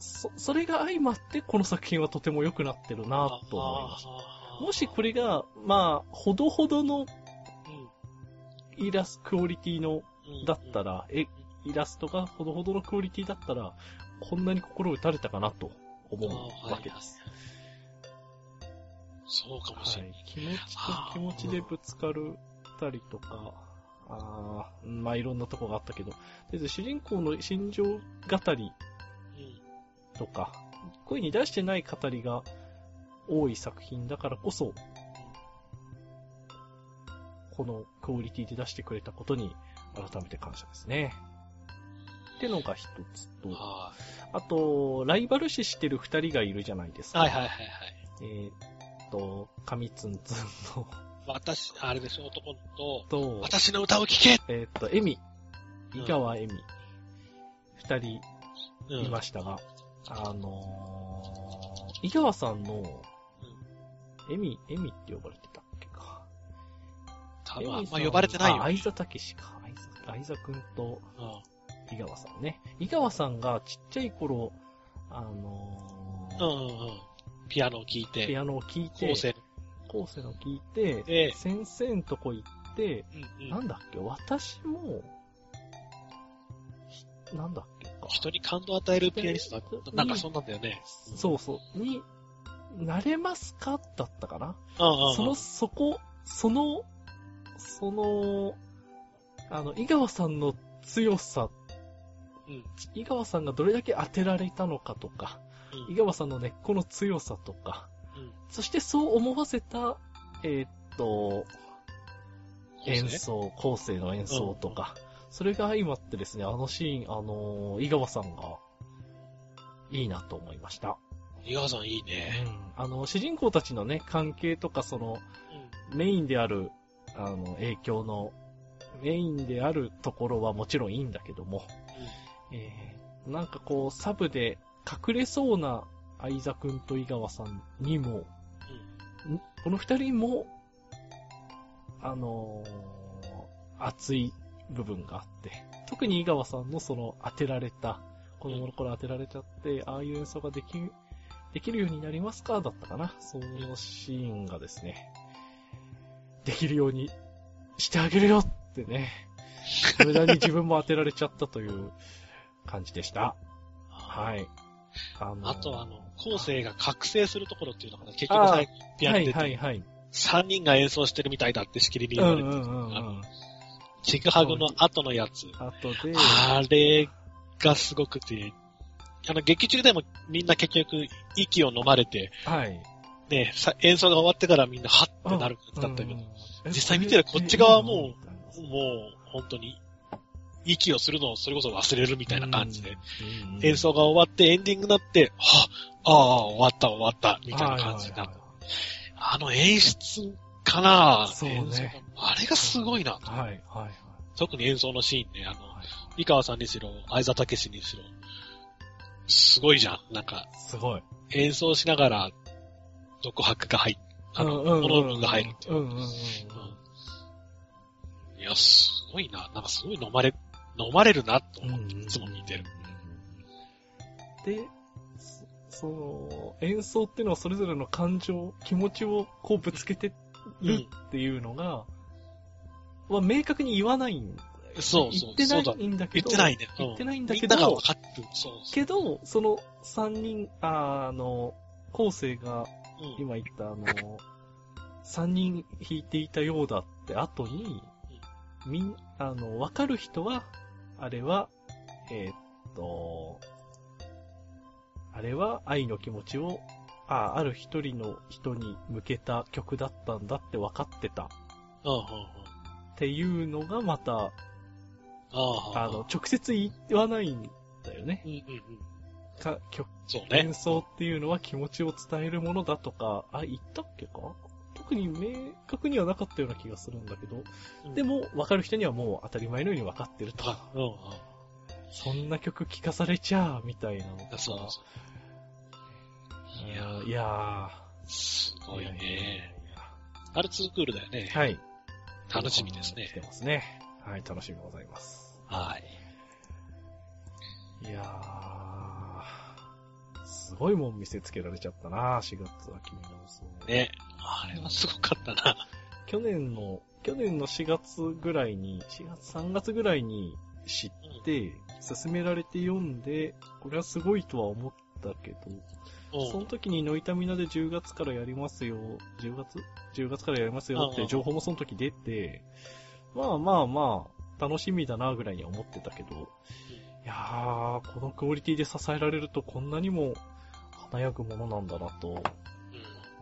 そ、それが相まって、この作品はとても良くなってるなと思いました。たもしこれが、まあ、ほどほどのイラストクオリティの、だったら、え、イラストがほどほどのクオリティだったら、こんなに心打たれたかなと思うわけです。そうかもしはれない。い。気持ちと気持ちでぶつかるたりとか、あーまあいろんなとこがあったけど、とりあえず主人公の心情語りとか、声に出してない語りが多い作品だからこそ、このクオリティで出してくれたことに改めて感謝ですね。ってのが一つうんと、はあと、ライバル視してる二人がいるじゃないですいか。はいはいはい。えーっと、神ツンツンの私、あれですよ、男と、と、私の歌を聴けえーっと、エミ、うん井川エミ、二人うんいましたが、あのー、井川さんの、エミ、エミって呼ばれてたっけか。多エミ分さあんんま呼ばれてないあよ。相沢武史か。相沢、相沢くんとうん井川さんね。井川さんがちっちゃい頃、あのうーんうんうん。ピアノを聴いピて、アノを聴いて、構成。後世の聞いて、で、先生のとこ行って、うんうなんんだっけ、私も、ひなんだっけか。人に感動を与えるピアニストだなんかそんなんだよね。そうそう。に、なれますかだったかなうんうんうん。その、そこ、その、その、あの、井川さんの強さ、うん井川さんがどれだけ当てられたのかとか、うん井川さんの根っこの強さとか、うんそしてそう思わせた、えーっと、演奏、後世の演奏とか、それが相まってですね、あのシーン、あのー井川さんが、いいなと思いました。井川さんいいね。。あの、主人公たちのね、関係とか、その、メインである、あの、影響の、メインであるところはもちろんいいんだけども、えーなんかこう、サブで隠れそうな相沢くんと井川さんにも、んこの二人も、あのー熱い部分があって、特に井川さんのその当てられた、子供の頃当てられちゃって、ああいう演奏ができ、できるようになりますかだったかな。そのシーンがですね、できるようにしてあげるよってね、無駄に自分も当てられちゃったという感じでした。はいい。あのあとあの、後世が覚醒するところっていうのかな。結局最後、ピアノはでい出はいて、はい。 3人が演奏してるみたいだってしきりにう言われんうてんたうのんうがん。チクハグの後のやつ。あとで、あれがすごくて、あの、劇中でもみんな結局息を飲まれて、はい。ね、さ演奏が終わってからみんなハッてなる感じだったけど、もうん実際見てるこっち側はもう本当に息をするのをそれこそ忘れるみみたいな感じで、。うんうん演奏が終わってエンディングになって、はあああ、終わった終わった、みたいな感じになはいる。あの演出かなそうね演奏があれがすごいな。はいはいはい。特に演奏のシーンね、あの、はい井川さんにしろ、相沢武史にしろ、すごいじゃん。なんか、すごい。演奏しながら、独白が入る。あの、うんうんうんモノローグが入るっていうう。んうんうん。うんいや、すごいな。なんかすごい飲まれ、飲まれるな、とうん思っうんて、うんいつも見てる。。で、そその、演奏っていうのはそれぞれの感情、気持ちをこうぶつけてうるん。っていうのが、は明確に言わないんだよねそうそう言そうってだないんだけ言っど。てないね。言ってうんないんだけみんながど分、かってる。そうそう。けど、その三人、あーあの、後世がうん今言ったあの、三人弾いていたようだって後に、みん、あの、わかる人は、あれは、えーっと、あれは愛の気持ちを、ああ、る一人の人に向けた曲だったんだって分かってたっうんうんうん。ていうのがまた、あああの、直接言わないんだよね。うんうんうん。か、曲、そうね演。奏っていうのは気持ちを伝えるものだとか、あ、言ったっけか特に明確にはなかったような気がするんだけど、うんで、も、わかる人にはもう当たり前のようにわかってるとか、あうんうん。そんな曲聴かされちゃあ、みたいなのとか。そうそういやー、いやすー。ごいね。アルツークールだよね。はい。楽しみです来てね。ますね。はい、楽しみでございます。はい。いやー、すごいもん見せつけられちゃったな、4月は君の嘘。ね。あれはすごかったな。去年の、去年の4月ぐらいに、4月、3月ぐらいに知って、勧められて読んで、これはすごいとは思ったけど、うんその時にノイタミナで10月からやりますよ、10月 ?10 月からやりますよっうんうてん情報もその時出て、まあまあまあ、楽しみだなぐらいには思ってたけど、いやー、このクオリティで支えられるとこんなにも華やぐものなんだなと、うん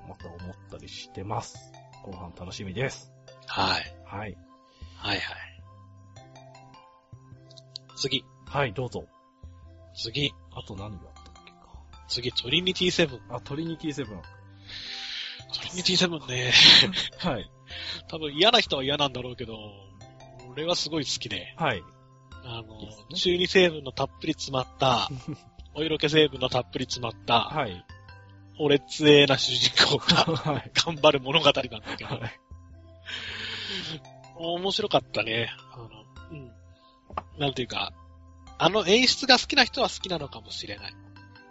また思ったりしてます。後半楽しみです。はい。はい。はいはい。次。はい、どうぞ。次。あと何があったっけか。次、トリニティセブン。あ、トリニティセブン。トリニティセブンね。はい。多分嫌な人は嫌なんだろうけど、俺はすごい好きで。はい。あのいいですね、中二成分のたっぷり詰 (laughs) まった、お色気成分のたっぷり詰まった、はい。俺強えな主人公がはい。頑張る物語なんだけど、はい。面白かったね。あの、うん。なんていうか、あの演出が好きな人は好きなのかもしれない。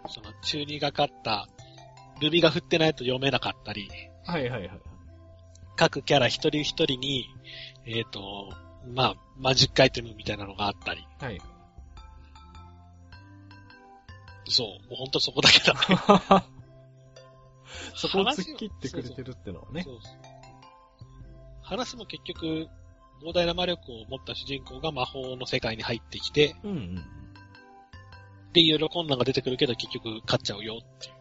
その中二がかった、ルビが振ってないと読めなかったり、はいはいはい。各キャラ一人一人に、えっ、と、まあ、マジックアイテムみたいなのがあったり、はい。そう、もうほんとそこだけだ。 (laughs) そこを突っ切ってくれてるってのはねそ。うそう話も結局、膨大な魔力を持った主人公が魔法の世界に入ってきて、うんうん。で、いろいろ困難が出てくるけど結局勝っちゃうよっていう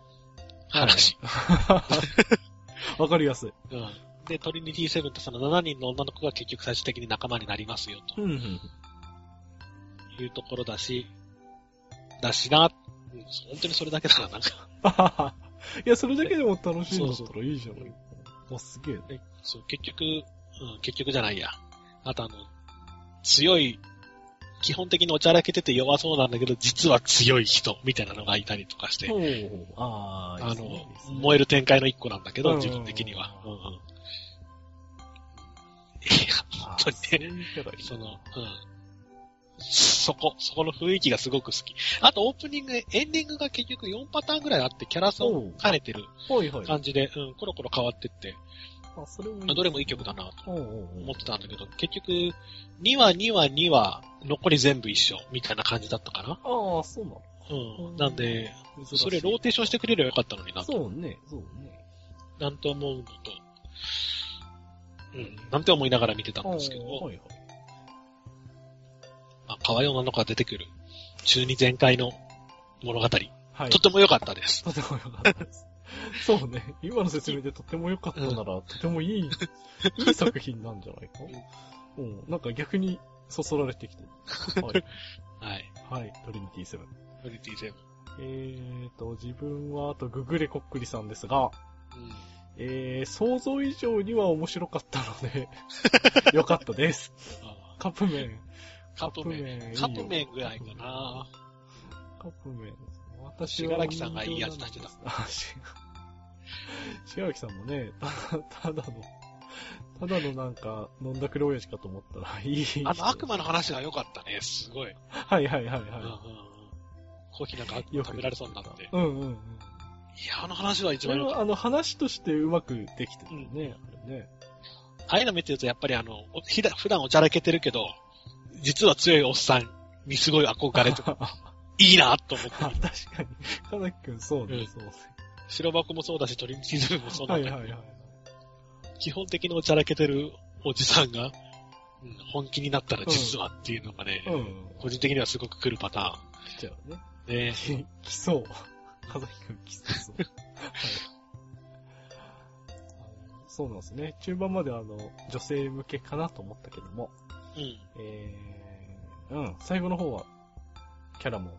話。 (laughs) わかりやすい。うん、で、トリニティセブンとその7人の女の子が結局最終的に仲間になりますようんうん。というところだし、だしな、うん本当にそれだけだな、なんか。 (laughs) いや、それだけでも楽しいんだったらいいじゃない。お、すげえ。でそう、結局、うん、結局じゃないや。あとあの、強い、基本的におちゃらけてて弱そうなんだけど、実は強い人、みたいなのがいたりとかして、おーあー、いあいですねのいいです、ね燃える展開の一個なんだけうど、ん自分的には。うんうん。いあーそういうキや、本当にね、ャラいいその、うん。そこ、そこの雰囲気がすごく好き。あと、オープニング、エンディングが結局4パターンぐらいあって、キャラソンを兼ねてるはいはい。感じで、うん、コロコロ変わってって、あ、それもいい。あどれもいい曲だなと。おうおうおう思ってたんだけど、結局、2話、2話、2話、残り全部一緒、みたいな感じだったかな。ああ、そうなの。うん。なんで、珍しいそれローテーションしてくれればよかったのにな、そうね、そうね。なんて思うのと、うん、なんて思いながら見てたんですけおーど、はいはい。まあ、可愛い女の子が出てくる、中二全開の物語、とはい。ても良かったです。とても良かったです。 (laughs) そうね。今の説明でとても良かったなら、とても (laughs) いい、いい作品なんじゃないか。うん。なんか逆にそそられてきてる。はい。はい。は (laughs) い。トリニティセブン。トリティセブえーと、自分は、あと、ググレコックリさんですが、ン。うん。えー、想像以上には面白かったの (laughs) で、良かったです。あカップ麺。カップ麺。いいよカップ麺ぐらいかな。カップ麺。私信は。楽さんがいいやつ出してたあ。し信楽さんもね、たただの、ただのなんか、飲んだくれ親父かと思ったら、い (laughs) い。あの悪魔の話が良かったね、すごい。はいはいはいうんうんうんはコーヒーなんかい。よく食べられそうになって。いうんうんうん。や、あの話は一そ番れ良かっは、あの、話としてうまくできてるね。あれね。た。ああいうの見てると、やっぱりあの、おひだ普段おちゃらけてるけど、実は強いおっさんにすごい憧れ (laughs) とか、いいなと思ってあ、見確る。かに。かなきくん、そううね、んそうね。白箱もそうだし、トリンチズムもそうなはんいだけはど、いはい。基本的におちゃらけてるおじさんが、うん本気になったら実はっていうのがね、うん。個人的にはすごく来るパタ来ちゃうね。ーン。ねき、来 (laughs) そう。かざきくん来そう。はい。そうなんですね。中盤まであの、女性向けかなと思ったけども、うん。えー、うん、最後の方は、キャラも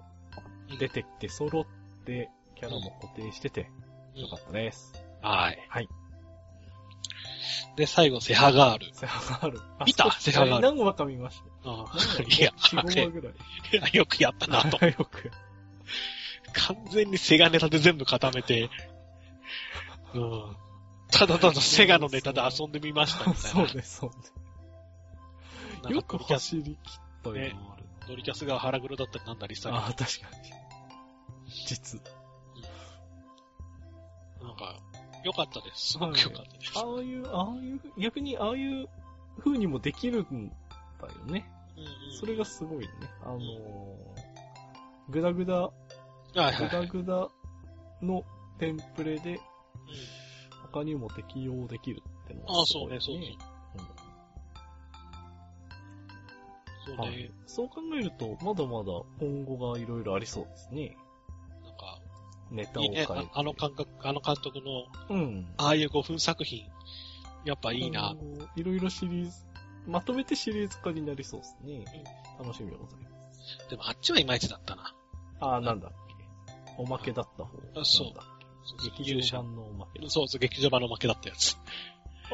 出てきて揃って、キャラも固定してて、うんよかったです。はい。はい。で、最後、セハガール。セハガール。あ見たそうセハガール何話か見ましあた。ー (laughs) いや、 4、あ5話れ、 (laughs) ぐらい。よくやったなと。仲良く。完全にセガネタで全部固めて、うん。ただただセガのネタで遊んでみましたみたい (laughs) そなう。です、そうです。なんかよくドリキャス、走り切ったよな、ねあれドリキャスが腹黒だったりなんだりしたり、ああ、確かに。実。なんか、良かったです。すごく良かったです。ああいう、ああいう、逆にああいう風にもできるんだよね。うんうんそれがすごいね。あのー、グダグダ、はいグはいはダい。グダのテンプレでうん他にも適用できるってのあはあ、すそごうい、ね、そうね。うんそうはねい。そう考えると、まだまだ今後がいろいろありそうですね。なんか、ネタをいい変えねて。。ああの監督、あの監督の、うん。ああいう5分作品、やっぱいいな。今後。いろいろシリーズ、まとめてシリーズ化になりそうですね。楽しみでございます。でもあっちはいまいちだったな。あー、なんだっけ。おまけだった方。あそうなんだっけ。勇劇者場。版のおまけだ。そうそう、劇場版の負けだったやつ。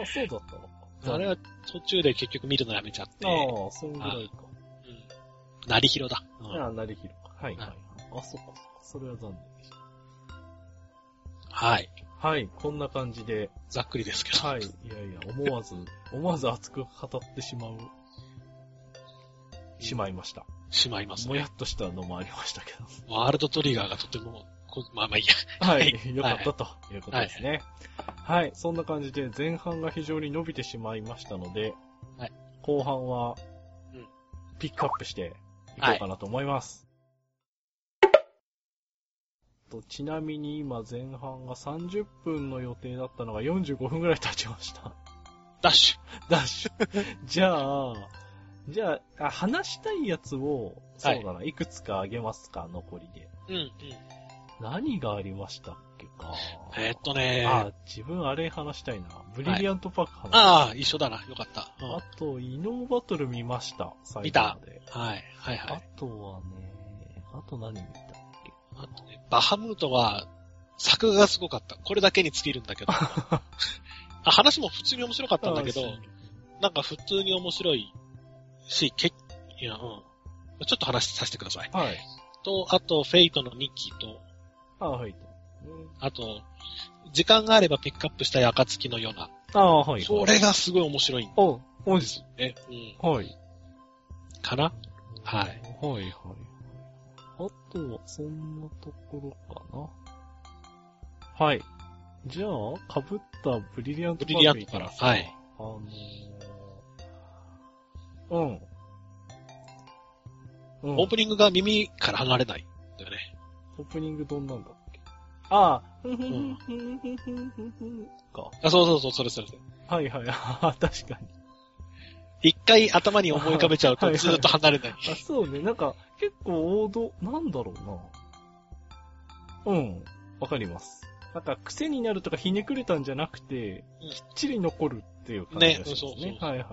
あ、そうだったのか。あれは途中で結局見るのやめちゃって、うああ、そんぐらいか。ん。なりひろだ。うんああ、なりきるか。はい、ははいい。あ、そっか、そっか。それは残念でしはい。た。はい、こんな感じで。ざっくりですけど。はい。いやいや、思わず、思わず熱く語ってしまう、しまいました。しまいますもやね。っとしたのもありましたけど。ワールドトリガーがとても、こまあまあいいや。 (laughs) はい、良かったということですね。はい、そんな感じで前半が非常に伸びてしまいましたので、はい後半はうん、ピックアップしていこうかなと思います。とちなみに今前半が30分の予定だったのが45分ぐらい経ちました。 (laughs) ダッシダッ (laughs) シュ。じゃあ、じゃあ、あ話したいやつを、そうだな、い、くつかあげますか、残りで。ュうん、うん。何がありましたっけか。えーっとね、ああ、自分あれ話したいな。ブリリアントパーク話したい、あ、一緒だな。よかった。うんあと、イノーバトル見ました。最見た後まで。はい、はい、はい。あとはね、あと何見たっけあとね、バハムートは、作画がすごかった。これだけに尽きるんだけ (laughs) ど。あ話も普通に面白かったんだけど、なんか普通に面白いし、けいや、うん。ちょっと話させてください。はい。と、あと、フェイトのミッキーと、あはい。あと、時間があればピックアップしたい暁のような。あはい。はいこれがすごい面白いんお、おでじ、すね。うん。はい。かなはい。はい、はい。あとは、そんなところかな。はい。じゃあ、被ったブリリアントブパリーリアクンいトきから。ますはい。あのー、うん。うん、オープニングが耳から離れない。だよね。オープニングどんなんだっけああ、ふんふんんふんふんふんふんふんか。あ、そうそうそう、それそれそれ。はいはい、あー確かに。一回頭に思い浮かべちゃうとはいはいずーっと離れない。あ、そうね、なんか、結構王道、なんだろうな。うん、わかります。なんか、癖になるとかひねくれたんじゃなくて、うんきっちり残るっていう感じがしますね。ねそうそうはいはい。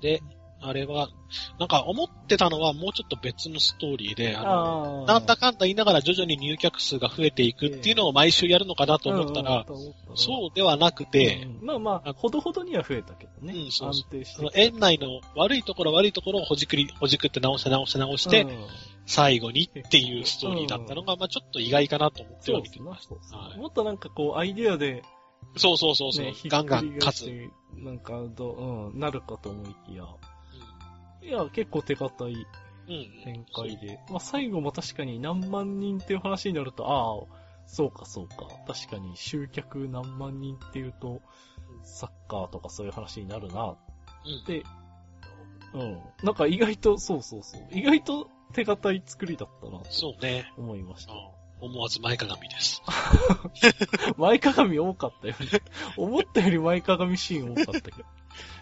で、あれは、なんか思ってたのはもうちょっと別のストーリーで、あの、あなんだかんだ言いながら徐々に入客数が増えていくっていうのを毎週やるのかなと思ったら、うんうんと思ったらそうではなくて、うんまあまああ、ほどほどには増えたけどね。うんそう安そう定しそての。園内の悪いところ悪いところをほじくり、ほじくって直して直して直して、うん最後にっていうストーリーだったのが、まあちょっと意外かなと思ってそはう見でてすねまし。そうそうはいもっとなんかこう、アイディアで、た。そうそうそうそう、ね、ひっガンガくンり返勝しつ。てなんかどう、うん、なるかと思いきや。いや、結構手堅いうん。展開で。まあ、最後も確かに何万人っていう話になると、ああ、そうかそうか。確かに集客何万人っていうと、サッカーとかそういう話になるなうんで、うん。なんか意外と、そうそうそう。意外と手堅い作りだったなとそうね。思いましたあ。思わず前かがみです。前かがみ多かったよね。 (laughs) 思ったより前かがみシーン多かったけど。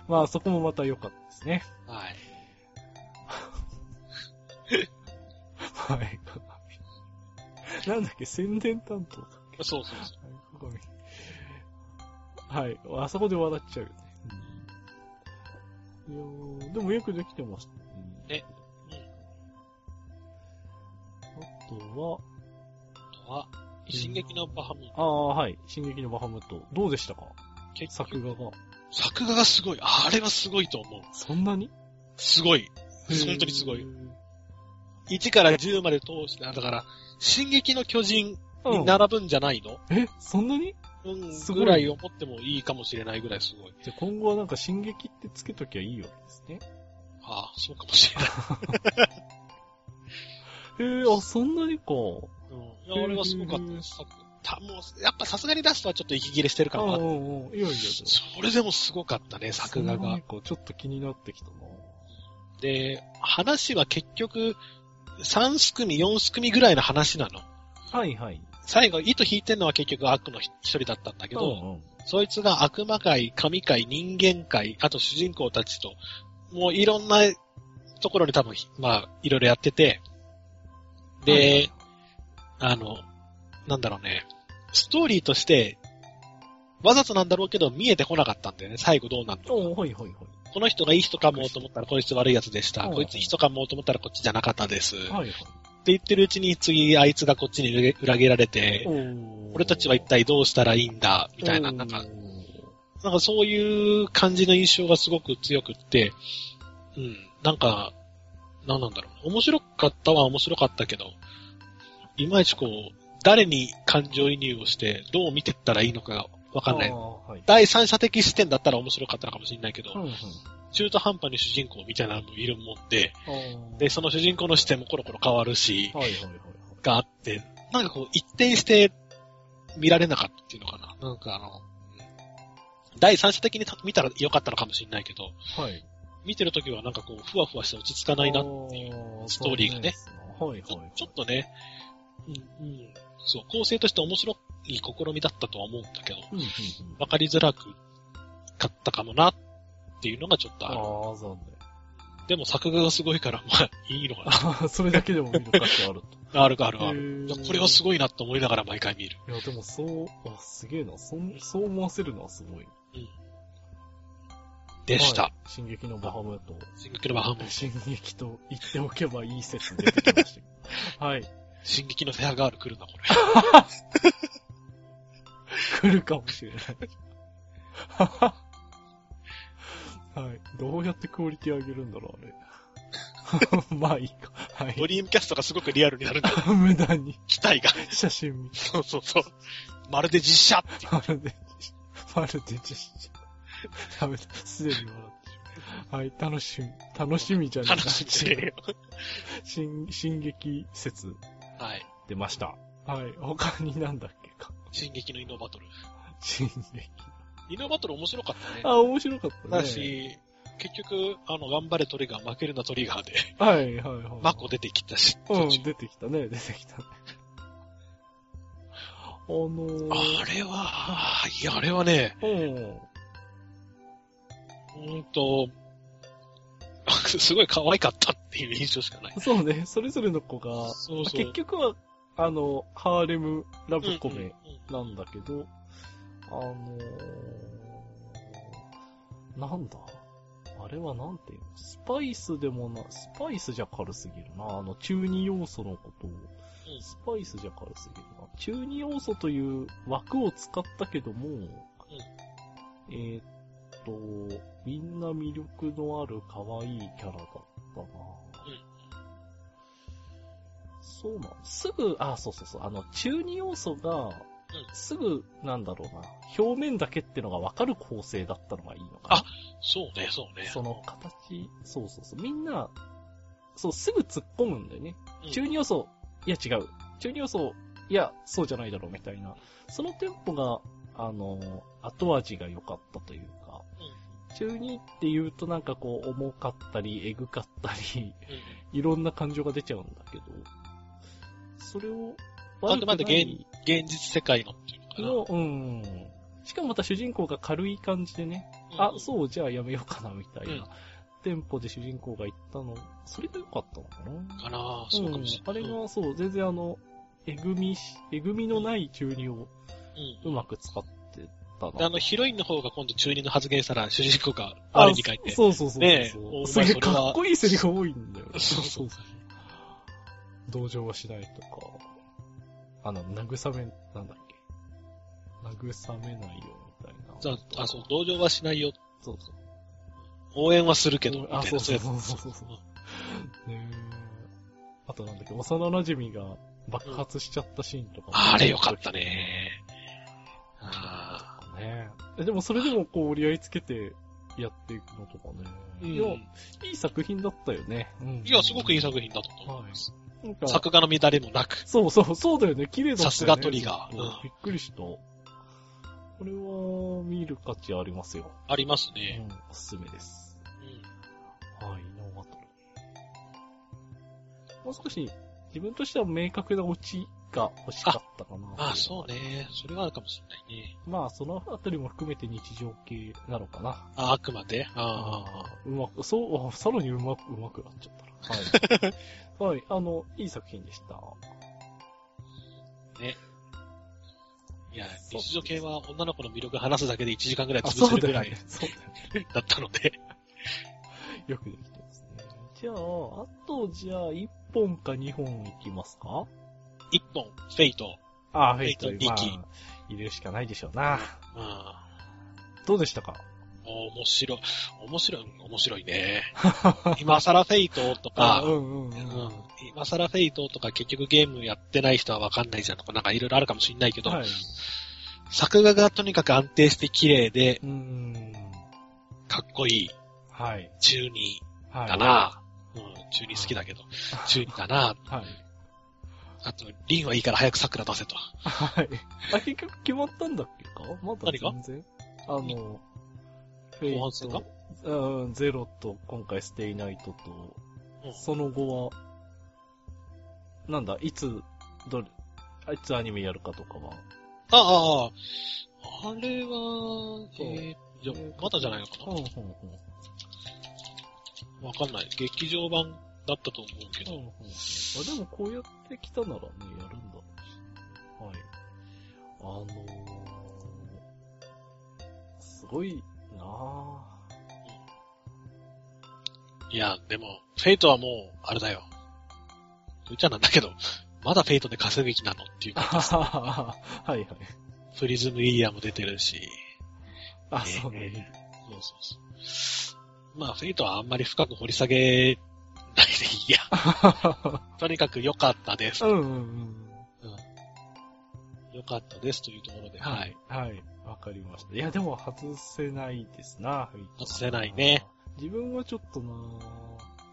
まあそこもまた良かったですね。はい。前かがみ。なんだっけ、宣伝担当だっけ。そうそうそう。前かがみ。はい。あそこで笑っちゃうよね。いやーでもよくできてましたね。ねとは、とは、進撃のバハムーああ、はい。進撃のバハムート。どうでしたか結作画が。作画がすごい。あれはすごいと思う。そんなにすごい。本当にすごい。。1から10まで通して、あだから、進撃の巨人うにん、並ぶんじゃないの、え、そんなにうん、すごいぐらい思ってもいいかもしれないぐらいすごい。じゃあ今後はなんか進撃ってつけときゃいいよですね。ああ、そうかもしれない。へえあ、そんなにか。うん、いや、あれはすごかったです。作たもう、やっぱさすがにラストはちょっと息切れしてるあ感がああ、っうて、んうん。いやいや。それでもすごかったね、作画そんながに。かちょっと気になってきたな。で、話は結局、3すくみ、4すくみぐらいの話なの。はいはい。最後、糸引いてんのは結局悪の一人だったんだけけど、ど、そいつが悪魔界、神界、人間界、あと主人公たちと、もういろんなところで多分、まあ、いろいろやってて、で、はいはいあの、なんだろうね、ストーリーとして、わざとなんだろうけど見えてこなかったんだよね、最後どうなんのかおはいはいはい。この人がいい人かもと思ったらこいつ悪いやつでした。うんこいついい人かもと思ったらこっちじゃなかったです。ってはいはい。言ってるうちに次あいつがこっちに裏切られて、お俺たちは一体どうしたらいいんだみたいな、なんか、、なんかそういう感じの印象がすごく強くって、うん、なんか、なんなんだろう。面白かったは面白かったけど、いまいちこう、誰に感情移入をして、どう見てったらいいのかがわかんないあ。ーはい。第三者的視点だったら面白かったのかもしれないけど、うんうん中途半端に主人公みたいなのもいるもんで、あーで、その主人公の視点もコロコロ変わるし、はいはいはいはい。があって、なんかこう、一転して見られなかったっていうのかな。なんかあの、第三者的に見たらよかったのかもしれないけど、はい。見てるときはなんかこう、ふわふわして落ち着かないな。ちょうストーリーがね。そうなんですはいはいはい。ちょっとね、うん、うん、そう、構成として面白い試みだったとは思うんだけど、うんうんうん、わかりづらくかったかもなっていうのがちょっとある。ああ、残念。でも作画がすごいから、 (laughs) まあ、いいのかな。ああ、それだけでも見る価値 (laughs) あると。あるかあるある。るいやこれはすごいなと思いながら毎回見る。いや、でもそう、あ、すげえな。そん、そう思わせるのはすごい。でした。はい進撃のバハムと、進撃のバハムート進撃と言っておけばいい説出てきました (laughs) けど。はい。進撃のフェアガール来るな、これ。来るかもしれ (laughs) ない。はい。どうやってクオリティ上げるんだろう、あれ。 (laughs) まあいいか。はドい。リームキャストがすごくリアルに (laughs) なるんだ。無駄に期 (laughs) 待が。写真見てそうそうそう。まるで実写っていう。まるで、まるで実写。ダメだ。すでに笑ってしまう。はい、楽しみ。楽しみじゃなく話して (laughs) るよ。進、進撃説はい。出ました。はい、他になんだっけか。進撃のイノバトル。進撃。イノバトル面白かったね。あ、面白かったね。だし、結局、あの、頑張れトリガー、負けるなトリガーで、はい、はい、はい。マコ出てきたし。うん、途中出てきたね、出てきたね。あのー、あれは、いや、あれはね、うん。うーんと、すごい可愛かったっていう印象しかない。そうね、それぞれの子が、そうそう。結局は、あの、ハーレムラブコメ、うんうんなんだけど、あのー、なんだあれはなんていうのスパイスでもな、スパイスじゃ軽すぎるな。あの、中二要素のことを。スパイスじゃ軽すぎるな。中二要素という枠を使ったけども、えーっと、みんな魅力のある可愛いキャラだったな。そうなのすぐ、あ、そうそうそう、あの、中二要素が、すぐ、なんだろうな、表面だけってのが分かる構成だったのがいいのかな。あそうね、そうね。その形、そうそうそう、みんな、そう、すぐ突っ込むんだよね。うん中二要素、いや違う。中二要素、いや、そうじゃないだろうみたいな。そのテンポが、あの、後味が良かったというか、中二って言うとなんかこう、重かったり、えぐかったり、 (laughs) うんうんいろんな感情が出ちゃうんだけど、それを、あくま悪でくない現実世界のっていうのかな。の、うん。しかもまた主人公が軽い感じでね、あ、そう、じゃあやめようかな、みたいな、うんテンポで主人公が言ったの、それが良かったのかなかなそうかもしれない。うんあれが、そう、全然あの、えぐみし、えぐみのない中二をううんまく使ってたであな。の、ヒロインの方が今度中二の発言したら主人公が我に書いて。そうそうそうそう。ねえお前すげえそれはかっこいいセリフ多いんだよ。。そうそう同情はしないとか、あの、慰め、なんだっけ。慰めないよ、みたいな。じゃあ、あ、そう、同情はしないよ。そうそう。応援はするけど、みたいなあ、そうそうやつそうそうそうそう。ねえあとなんだっけ、幼馴染が爆発しちゃったシーンとかもあれよかった。ね。あねえでもそれでもこう折り合いつけてやっていくのとかね。ーいや、いい作品だったよね。うんいや、すごくいい作品だと思います。なんか作画の乱れもなく。そうそう、そうだよね。綺麗だったよね。さすがトリガーそううんびっくりした。これは、見る価値ありますよ。ありますうね。ん、おすすめです。うんはい、ノーバトル。もう少し、自分としては明確なオチが欲しかったかな。まあ、そうね。それはあるかもしれないね。まあ、そのあたりも含めて日常系なのかな。あ、あくまで。ああ。うまく、そう、あさらにうまく、うまくなっちゃったな。は (laughs) い。はい、あの、いい作品でした。いやそう、です日常系は女の子の魅力話すだけで1時間ぐらいあ、潰そせうるだぐよらいね。そうだよね。だったので。よくできてますね。じゃあ、あと、じゃあ、1本か2本いきますか1本、フェイト。あ、フェイトまあリキ、入れるしかないでしょうな。あどうでしたかあ。面白い。面白い、面白 (laughs) いね。今更フェイトとか、うんうんううんん。今更フェイトとか結局ゲームやってない人はわかんないじゃんとか、なんかいろいろあるかもしれないけど、はい。作画がとにかく安定して綺麗で、うん。かっこいい、はい。中二はい。だな、うん、中二好きだけど、中二だなはい。あと、リンはいいから早く桜出せと。はい。あ、結局決まったんだっけかまだ何が全然あの、フ後半戦トかうん、ゼロと、今回ステイナイトと、うんその後は、なんだ、いつ、どれ、あいつアニメやるかとかは。ああ、あああれは、そうえー、じゃまだじゃないのかうん、うん、うん。なわかんない。劇場版だったと思うけうんうど。んうんあでもこうやってきたならね、やるんだろうし。はい。あのー、すごいなぁ。いや、でも、フェイトはもう、あれだよ。うちゃなんだけど、まだフェイトで稼ぐ気なの (laughs) っていうか、はいはい。プリズムイリアも出てるし。あ、そうね。そうそうそう。まあ、フェイトはあんまり深く掘り下げないでい (laughs) いや。とにかく良かったです。ううんんうんうん。良かったですというところで、はい。。はい。わかりました。いや、でも外せないですな、フェイトは外せないね。自分はちょっとな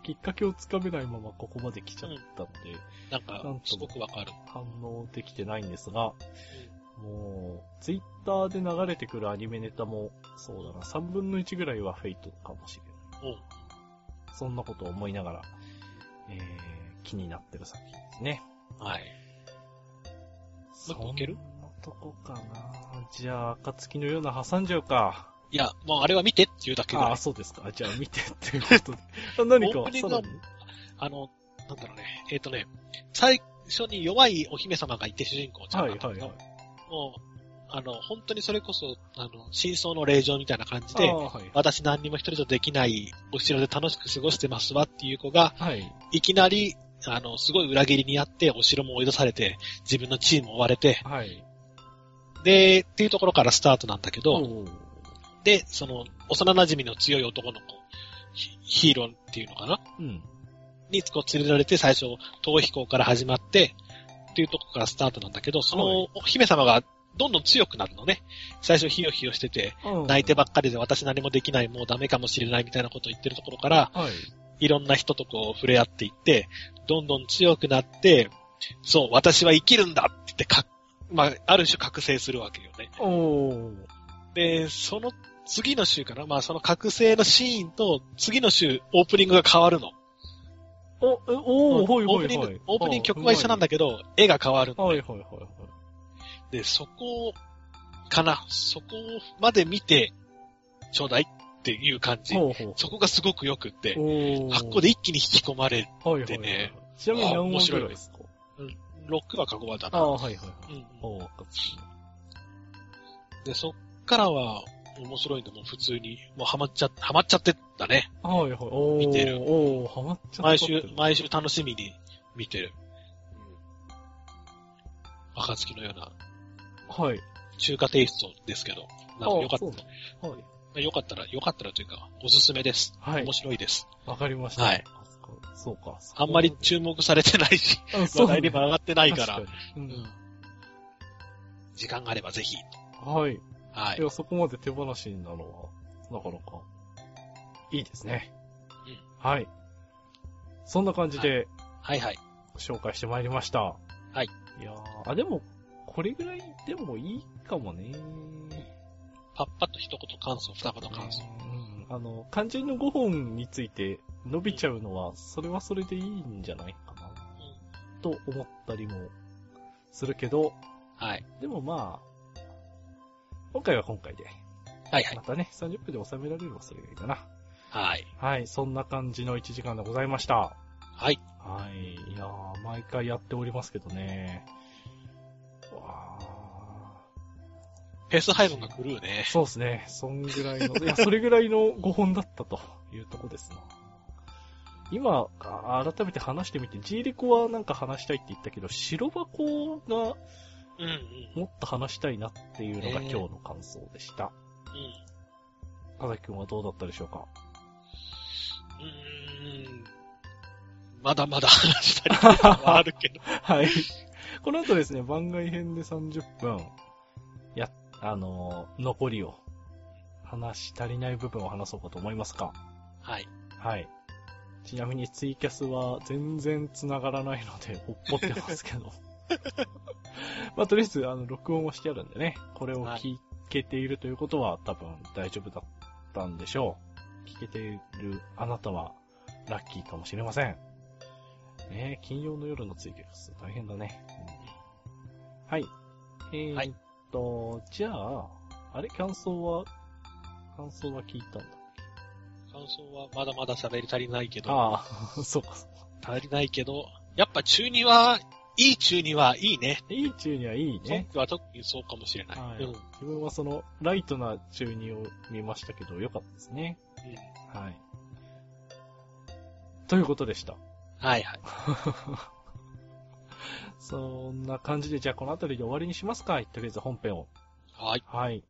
きっかけをつかめないままここまで来ちゃったので、なんなかん、とすごくわかる。反応できてないんですが、もう、ツイッターで流れてくるアニメネタも、そうだな、3分の1ぐらいはフェイトかもしれない。うん。そんなことを思いながら、えー、気になってる作品ですね。はい。もう一個いけるそんなとこかなじゃあ、暁のような挟んじゃうか。いや、もうあれは見てっていうだけで、ああ、あそうですか。じゃあ見てっていうことで。 (laughs) あ何かオープニングさらのにの、なんだろうね。えっ、とね、最初に弱いお姫様がいて主人公じゃん。はいはいはい。もう、あの、本当にそれこそ、あの、真相の霊場みたいな感じあであ、はい私何にも一人じゃできない、お城で楽しく過ごしてますわっていう子が、はい。いきなり、あの、すごい裏切りにあって、お城も追い出されて、自分のチームも追われて、はい。で、っていうところからスタートなんだけど、おうで、その、幼馴染の強い男の子、ヒヒーローっていうのかなうん。にこう連れられて最初、逃避行から始まって、っていうとこからスタートなんだけど、そはの、お姫様がどんどん強くなるのね。最初ヒヨヒヨしてて、泣いてばっかりで私何もできない、もうダメかもしれないみたいなことを言ってるところから、はい。いろんな人とこう触れ合っていって、どんどん強くなって、そう、私は生きるんだって言ってか、まあ、ある種覚醒するわけよね。おーで、その次の週かな、まあその覚醒のシーンと次の週オープニングが変わるの。お、えおー、ほいオほーいプニンほグい。、オープニング曲は一緒なんだけど、絵が変わるの。はいはいはいはい。で、そこかな、そこまで見てちょうだいっていう感じ。ほうほう。そこがすごく良くって、お発行で一気に引き込まれる。はいはいでね。ちなみに何面話白ぐいらいですか6話か5話だあな。あ、はいはいはうい。んおーかで、そっからは面白いんで、もう普通に、もうハマっちゃ、ハマっちゃってったね。はいはい。おー見てるおー、ハマっちゃった。毎週、毎週楽しみに見てる。暁のようなはい。中華テイストですけど、なんかよかったあそうなのはい。まあよかったら、よかったらというか、おすすめです。はい面。白いです。わかりました。はいあ。そうか。そうかあんまり注目されてないし、あ (laughs) 話そう題にも上がってないから、確にうんうん時間があればぜひ。はい。はいい。や、そこまで手放しになるのは、なかなか、いいですね。はい。そんな感じで、はいはい。。紹介してまいりました。はいいやーあ、でも、これぐらいでもいいかもね。パッパッと一言感想、二言感想。うん。あの、肝心の5本について伸びちゃうのは、それはそれでいいんじゃないかな、と思ったりもするけど、はい。でもまあ、今回は今回で、はいはいま。たね、30分で収められればそれがいいかな。はい。はい、そんな感じの1時間でございました。はい。はい、いやー、毎回やっておりますけどね。わペース配分が狂うねー。そうですね、そんぐらいの、いや、それぐらいの5本だったというとこですな。今、あ改めて話してみて、G レコはなんか話したいって言ったけど、白箱がうんうん。もっと話したいなっていうのがええ今日の感想でした。田崎くんはどうだったでしょうかうん。うーん。まだまだ話したりとかはあるけど。 (laughs) はい。この後ですね、番外編で30分、や、あのー残りを、話し足りない部分を話そうかと思いますか。 (laughs) はい。はい。ちなみにツイキャスは全然繋がらないので、ほ (laughs) っぽってますけど。 (laughs) まあ、とりあえず、あの、録音はしてあるんでね、これを聞けているということは多分大丈夫だったんでしょう。聞けているあなたはラッキーかもしれません。ねえ金曜の夜のツイキャス大変だね。うんはい。えー、はいっと、じゃあ、あれ、感想は、感想は聞いたんだ。感想はまだまだ喋り足りないけど、あ (laughs) あ、そうか。足りないけど、やっぱ中2は、いい中2はいいね。いい中にはいい今ね。期は特にそうかもしれない。はいうん。うん自分はその、ライトな中二を見ましたけど、良かったですね。はい。ということでした。はいはい。そんな感じで、じゃあこの辺りで終わりにしますか。とりあえず本編を。はい。はい。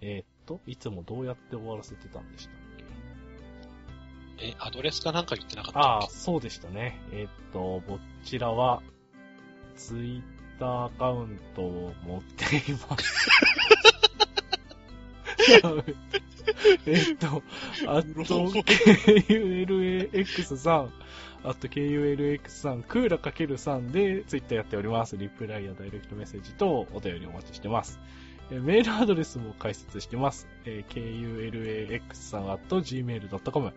えーっと、いつもどうやって終わらせてたんでしたっけえ、アドレスかなんか言ってなかったああ、っそうでしたね。えーっと、こちらは、ツイッターアカウントを持っています。 (laughs) えーっと、あと、KULAX さん、あと KULAX さん、クーラ×さんでツイッターやっております。リプライやダイレクトメッセージとお便りお待ちしてます。えーメールアドレスも解説してます。えー KULAX さん at gmail.com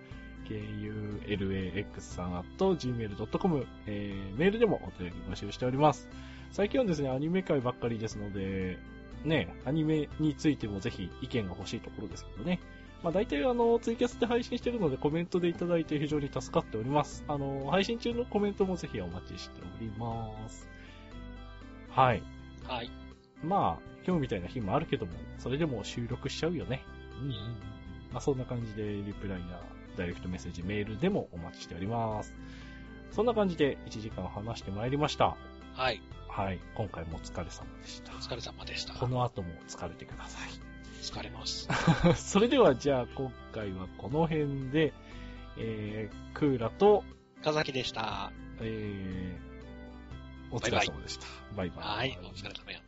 KULAX さん at gmail.com、えーメールでもお便り募集しております。最近はですね、アニメ界ばっかりですので、ね、アニメについてもぜひ意見が欲しいところですけどね。まあ大体あの、ツイキャスで配信してるのでコメントでいただいて非常に助かっております。あの、配信中のコメントもぜひお待ちしております。はい。た。はい。まあ、今日みたいな日もあるけども、それでも収録しちゃうよね。うんうん。まあ、そんな感じで、リプライやダイレクトメッセージ、メールでもお待ちしております。そんな感じで1時間話してまいりました。はい。はい。今回もお疲れ様でしたお。疲れ様でした。この後も疲れてくださ疲れます。い。 (laughs) それでは、じゃあ今回はこの辺で、えー、クーラと、岡崎でした。えー、お疲れ様でした。バイバイ。 (laughs) はい。お疲れ様や。